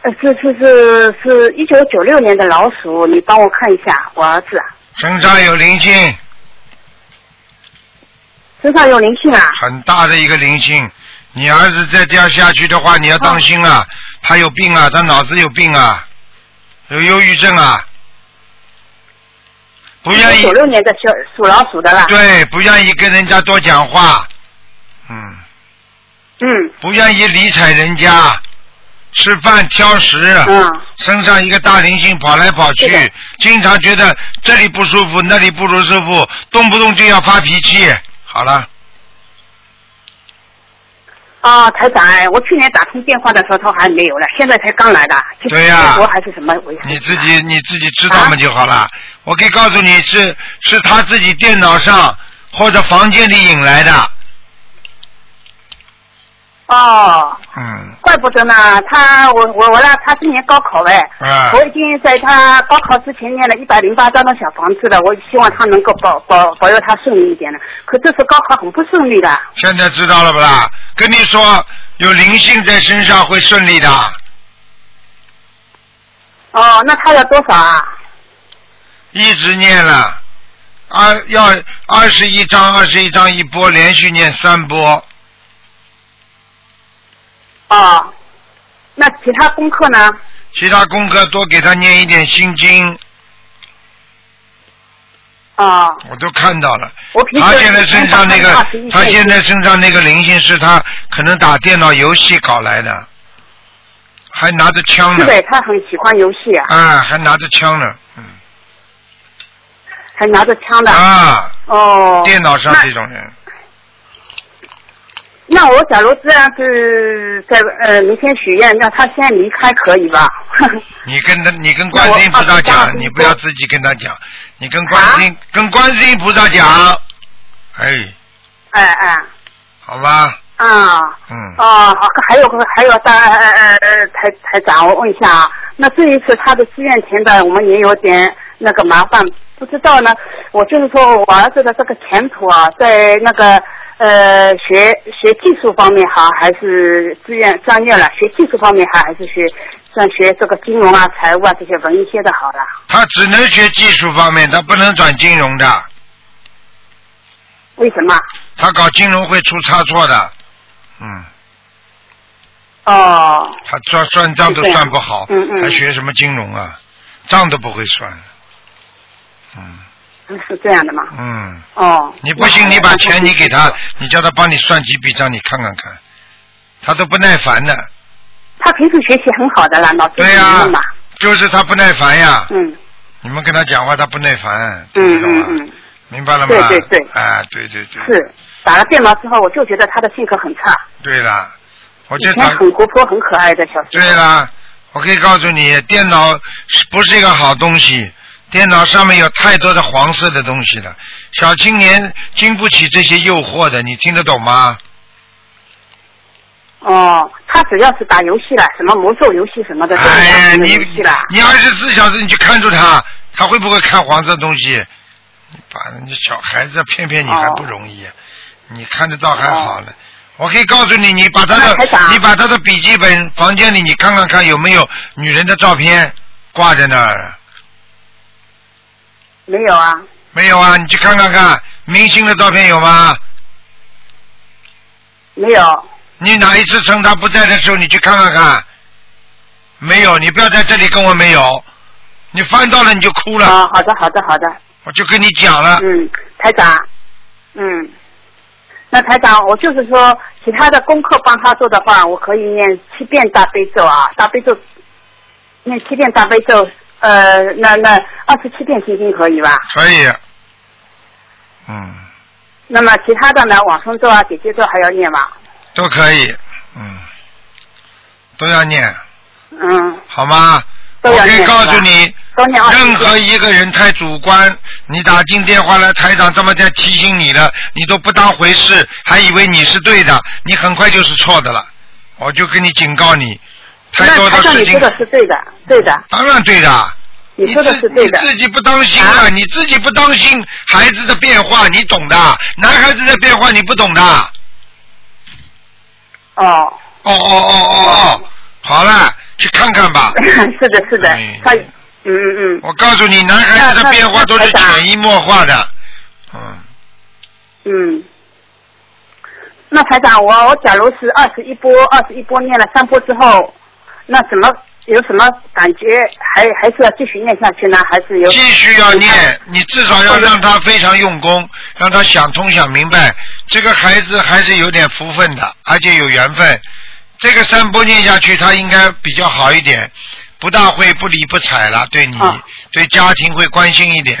[SPEAKER 6] 呃是是是是一九九六年的老鼠，你帮我看一下我儿子啊
[SPEAKER 1] 身上有灵性，
[SPEAKER 6] 身上有灵性啊，
[SPEAKER 1] 很大的一个灵性。你儿子再这样下去的话，你要当心
[SPEAKER 6] 哦
[SPEAKER 1] 啊，他有病啊，他脑子有病啊，有忧郁症啊，不愿意
[SPEAKER 6] 九六年的小属老鼠的啦。
[SPEAKER 1] 对，不愿意跟人家多讲话，嗯，
[SPEAKER 6] 嗯
[SPEAKER 1] 不愿意理睬人家，吃饭挑食，
[SPEAKER 6] 嗯，
[SPEAKER 1] 身上一个大灵性跑来跑
[SPEAKER 6] 是
[SPEAKER 1] 去
[SPEAKER 6] 的，
[SPEAKER 1] 经常觉得这里不舒服，那里不舒服，动不动就要发脾气。好了，
[SPEAKER 6] 哦，台长，哎我去年打通电话的时候他还没有了，现在才刚来的，去
[SPEAKER 1] 对呀
[SPEAKER 6] 美国还是什么？啊我也
[SPEAKER 1] 你自己你自己知道嘛就好了。我可以告诉你是是他自己电脑上或者房间里引来的，
[SPEAKER 6] 哦。
[SPEAKER 1] 嗯，
[SPEAKER 6] 怪不得呢，他我我我让他今年高考哎，
[SPEAKER 1] 啊
[SPEAKER 5] 哦
[SPEAKER 6] 我已经在他高考之前念了一百零八张的小房子了，我希望他能够保保保佑他顺利一点呢。可这次高考很不顺利的，
[SPEAKER 1] 现在知道了不啦？跟你说，有灵性在身上会顺利的，
[SPEAKER 6] 哦，那他要多少啊？
[SPEAKER 1] 一直念了，二要二十一章，二十一章一波，连续念三波。
[SPEAKER 5] 哦，那其他功课呢？
[SPEAKER 1] 其他功课多给他念一点心经，
[SPEAKER 5] 哦，
[SPEAKER 1] 我都看到了。
[SPEAKER 5] 我平时
[SPEAKER 1] 他现在身上那个
[SPEAKER 5] 我平，时
[SPEAKER 1] 他现在身上那个灵性是他可能打电脑游戏搞来的，还拿着枪
[SPEAKER 5] 是
[SPEAKER 1] 呢，
[SPEAKER 5] 的，他很喜欢游戏啊，
[SPEAKER 1] 啊，还拿着枪呢，嗯，
[SPEAKER 5] 还拿着枪的。
[SPEAKER 1] 啊，
[SPEAKER 5] 哦，
[SPEAKER 1] 电脑上
[SPEAKER 5] 那
[SPEAKER 1] 这种人，
[SPEAKER 5] 那我假如这样子在呃明天许愿，让他先离开可以吧？ [LAUGHS]
[SPEAKER 1] 你跟他，你跟观世音菩萨讲，你不要自己跟他讲，你跟观世音，跟观世音菩萨讲，哎，
[SPEAKER 5] 哎哎，
[SPEAKER 1] 好吧，
[SPEAKER 5] 啊、
[SPEAKER 1] 嗯，
[SPEAKER 5] 哦，还有个还有大呃呃呃台台长，我问一下啊，那这一次他的志愿填的我们也有点那个麻烦，不知道呢。我就是说我儿子的这个前途啊，在那个呃学学技术方面好，还是志愿专业了？学技术方面好，还是学像学这个金融啊、财务啊这些文艺些的好了？
[SPEAKER 1] 他只能学技术方面，他不能转金融的，
[SPEAKER 5] 为什么？
[SPEAKER 1] 他搞金融会出差错的，嗯。
[SPEAKER 5] 哦，
[SPEAKER 1] 他算算账都算不好，
[SPEAKER 5] 是这样嗯嗯
[SPEAKER 1] 还学什么金融啊？账都不会算。嗯
[SPEAKER 5] 是这样的嘛？
[SPEAKER 1] 嗯，
[SPEAKER 5] 哦，
[SPEAKER 1] 你不信，你把钱你给
[SPEAKER 5] 嗯
[SPEAKER 1] 他，你叫他帮你算几笔账，你看看看，他都不耐烦的，
[SPEAKER 5] 他平时学习很好的啦，脑子
[SPEAKER 1] 对呀
[SPEAKER 5] 很灵嘛，
[SPEAKER 1] 就是他不耐烦呀。
[SPEAKER 5] 嗯
[SPEAKER 1] 你们跟他讲话，他不耐烦，听
[SPEAKER 5] 嗯
[SPEAKER 1] 不懂
[SPEAKER 5] 嗯
[SPEAKER 1] 啊？
[SPEAKER 5] 嗯，
[SPEAKER 1] 明白了吗？
[SPEAKER 5] 对对对
[SPEAKER 1] 啊，对对对，
[SPEAKER 5] 是打了电脑之后，我就觉得他的性格很差，
[SPEAKER 1] 对了，我
[SPEAKER 5] 以
[SPEAKER 1] 就
[SPEAKER 5] 前
[SPEAKER 1] 打
[SPEAKER 5] 很活泼、很可爱的小时
[SPEAKER 1] 对啦，我可以告诉你，电脑是不是一个好东西？电脑上面有太多的黄色的东西了，小青年经不起这些诱惑的，你听得懂吗？
[SPEAKER 5] 候。哦，他只要是打游戏了，什么魔兽游戏什么的，都
[SPEAKER 1] 哎呀，
[SPEAKER 5] 是
[SPEAKER 1] 你
[SPEAKER 5] 游戏了。
[SPEAKER 1] 你二十四小时你去看住他，他会不会看黄色东西？你把人家小孩子骗骗你还
[SPEAKER 5] 哦
[SPEAKER 1] 不容易、啊，你看得到还好呢。我可以告诉你，你把他
[SPEAKER 5] 那台
[SPEAKER 1] 的
[SPEAKER 5] 长
[SPEAKER 1] 你把他的笔记本房间里，你看看看有没有女人的照片挂在那儿。
[SPEAKER 5] 没有啊，
[SPEAKER 1] 没有啊，你去看看看，明星的照片有吗？
[SPEAKER 5] 没有。
[SPEAKER 1] 你哪一次趁他不在的时候，你去看看看，没有，你不要在这里跟我没有，你翻到了你就哭了，
[SPEAKER 5] 哦，好的，好的，好的。
[SPEAKER 1] 我就跟你讲了，
[SPEAKER 5] 嗯，台长，嗯，那台长，我就是说，其他的功课帮他做的话，我可以念七遍大悲咒啊，大悲咒，念七遍大悲咒，呃，那那二十七遍心经可以吧？
[SPEAKER 1] 可以，嗯，
[SPEAKER 5] 那么其他的呢，往生咒啊、姐姐咒还要念吗？
[SPEAKER 1] 都可以，嗯，都要念，
[SPEAKER 5] 嗯，
[SPEAKER 1] 好吗？
[SPEAKER 5] 都
[SPEAKER 1] 我
[SPEAKER 5] 要
[SPEAKER 1] 可
[SPEAKER 5] 念
[SPEAKER 1] 以告诉
[SPEAKER 5] 是吧
[SPEAKER 1] 你，
[SPEAKER 5] 都念二十
[SPEAKER 1] 任
[SPEAKER 5] 一
[SPEAKER 1] 何
[SPEAKER 5] 遍。
[SPEAKER 1] 一个人太主观，你打进电话来，台长这么在提醒你了，你都不当回事，还以为你是对的，你很快就是错的了。我就跟你警告你，太多的
[SPEAKER 5] 那台长，
[SPEAKER 1] 事
[SPEAKER 5] 你
[SPEAKER 1] 情
[SPEAKER 5] 说，的是对的，对的，
[SPEAKER 1] 当然对的。
[SPEAKER 5] 你说的
[SPEAKER 1] 自
[SPEAKER 5] 是对的
[SPEAKER 1] 你。自己不当心啊！
[SPEAKER 5] 啊
[SPEAKER 1] 你自己不当心孩子的变化，你懂的。男孩子的变化你不懂的。哦
[SPEAKER 5] 哦， [LAUGHS]
[SPEAKER 1] 哦哦哦哦，好了，去看看
[SPEAKER 5] [LAUGHS]
[SPEAKER 1] 吧。
[SPEAKER 5] 是的，是的
[SPEAKER 1] 哎，
[SPEAKER 5] 他，嗯嗯嗯
[SPEAKER 1] 我告诉你，男孩子的
[SPEAKER 5] 那那
[SPEAKER 1] 变化都是
[SPEAKER 5] 台长
[SPEAKER 1] 潜移默化的。嗯。
[SPEAKER 5] 嗯。那台长，我我假如是二十一波，二十一波念了三波之后，那怎么有什么感觉？还还是要继续念下去呢？还是有？
[SPEAKER 1] 继续要念，你至少要让他非常用功，让他想通想明白，这个孩子还是有点福分的，而且有缘分。这个三波念下去，他应该比较好一点，不大会不理不睬了，对你、
[SPEAKER 5] 啊
[SPEAKER 1] 对家庭会关心一点。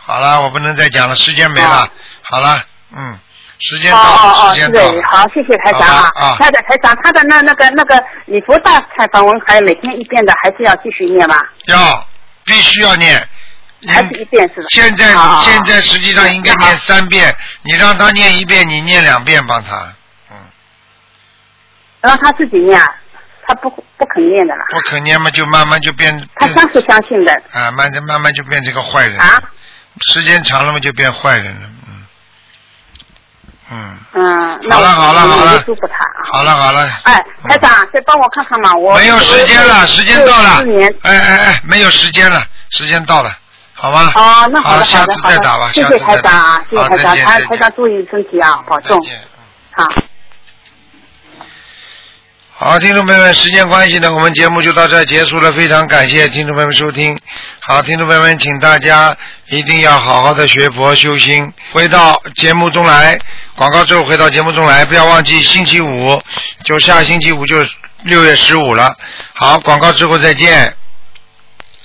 [SPEAKER 1] 好了，我不能再讲了，时间没了。
[SPEAKER 5] 啊
[SPEAKER 1] 好了，嗯，时间
[SPEAKER 5] 哦
[SPEAKER 1] 到了，
[SPEAKER 5] 哦哦，
[SPEAKER 1] 时
[SPEAKER 5] 是
[SPEAKER 1] 间到
[SPEAKER 5] 的
[SPEAKER 1] 了，。
[SPEAKER 5] 好，谢谢台长啊
[SPEAKER 1] 好吧啊！
[SPEAKER 5] 他的台长，他的那那个那个礼佛大忏悔文，还有每天一遍的，还是要继续念吗？
[SPEAKER 1] 要必须要念。
[SPEAKER 5] 还是一遍是吧？
[SPEAKER 1] 嗯
[SPEAKER 5] 啊
[SPEAKER 1] 现在
[SPEAKER 5] 好好好
[SPEAKER 1] 现在实际上应该念三遍，你让他念一遍，你念两遍帮他，
[SPEAKER 5] 让他自己念啊，他不不肯念的了，
[SPEAKER 1] 不肯念嘛就慢慢就变
[SPEAKER 5] 他
[SPEAKER 1] 变
[SPEAKER 5] 相信相信的
[SPEAKER 1] 啊，慢慢慢慢就变成个坏人，
[SPEAKER 5] 啊，
[SPEAKER 1] 时间长了嘛就变坏人了，嗯嗯，
[SPEAKER 5] 嗯，那
[SPEAKER 1] 好了好
[SPEAKER 5] 我
[SPEAKER 1] 了好
[SPEAKER 5] 我
[SPEAKER 1] 了
[SPEAKER 5] 就祝福他啊。
[SPEAKER 1] 好嗯了好了，
[SPEAKER 5] 哎，台长，再帮我看看嘛，我
[SPEAKER 1] 没有时间了，时间到了嗯
[SPEAKER 5] 四年，
[SPEAKER 1] 哎哎哎，没有时间了，时间到了，好吗？
[SPEAKER 5] 啊，那好
[SPEAKER 1] 好
[SPEAKER 5] 的，
[SPEAKER 1] 下
[SPEAKER 5] 好的，
[SPEAKER 1] 次
[SPEAKER 5] 好
[SPEAKER 1] 再
[SPEAKER 5] 的，
[SPEAKER 1] 打吧，
[SPEAKER 5] 谢
[SPEAKER 1] 下
[SPEAKER 5] 谢
[SPEAKER 1] 次
[SPEAKER 5] 台
[SPEAKER 1] 再
[SPEAKER 5] 长
[SPEAKER 1] 打
[SPEAKER 5] 啊，谢谢台长，
[SPEAKER 1] 好
[SPEAKER 5] 台
[SPEAKER 1] 再见
[SPEAKER 5] 台长注意身体啊，保
[SPEAKER 1] 再
[SPEAKER 5] 重，啊
[SPEAKER 1] 见。
[SPEAKER 5] 好。
[SPEAKER 1] 好，听众朋友们，时间关系呢，我们节目就到这儿结束了。非常感谢听众朋友们收听。好，听众朋友们，请大家一定要好好的学佛修心。回到节目中来，广告之后回到节目中来，不要忘记星期五，就下星期五就六月十五了。好，广告之后再见。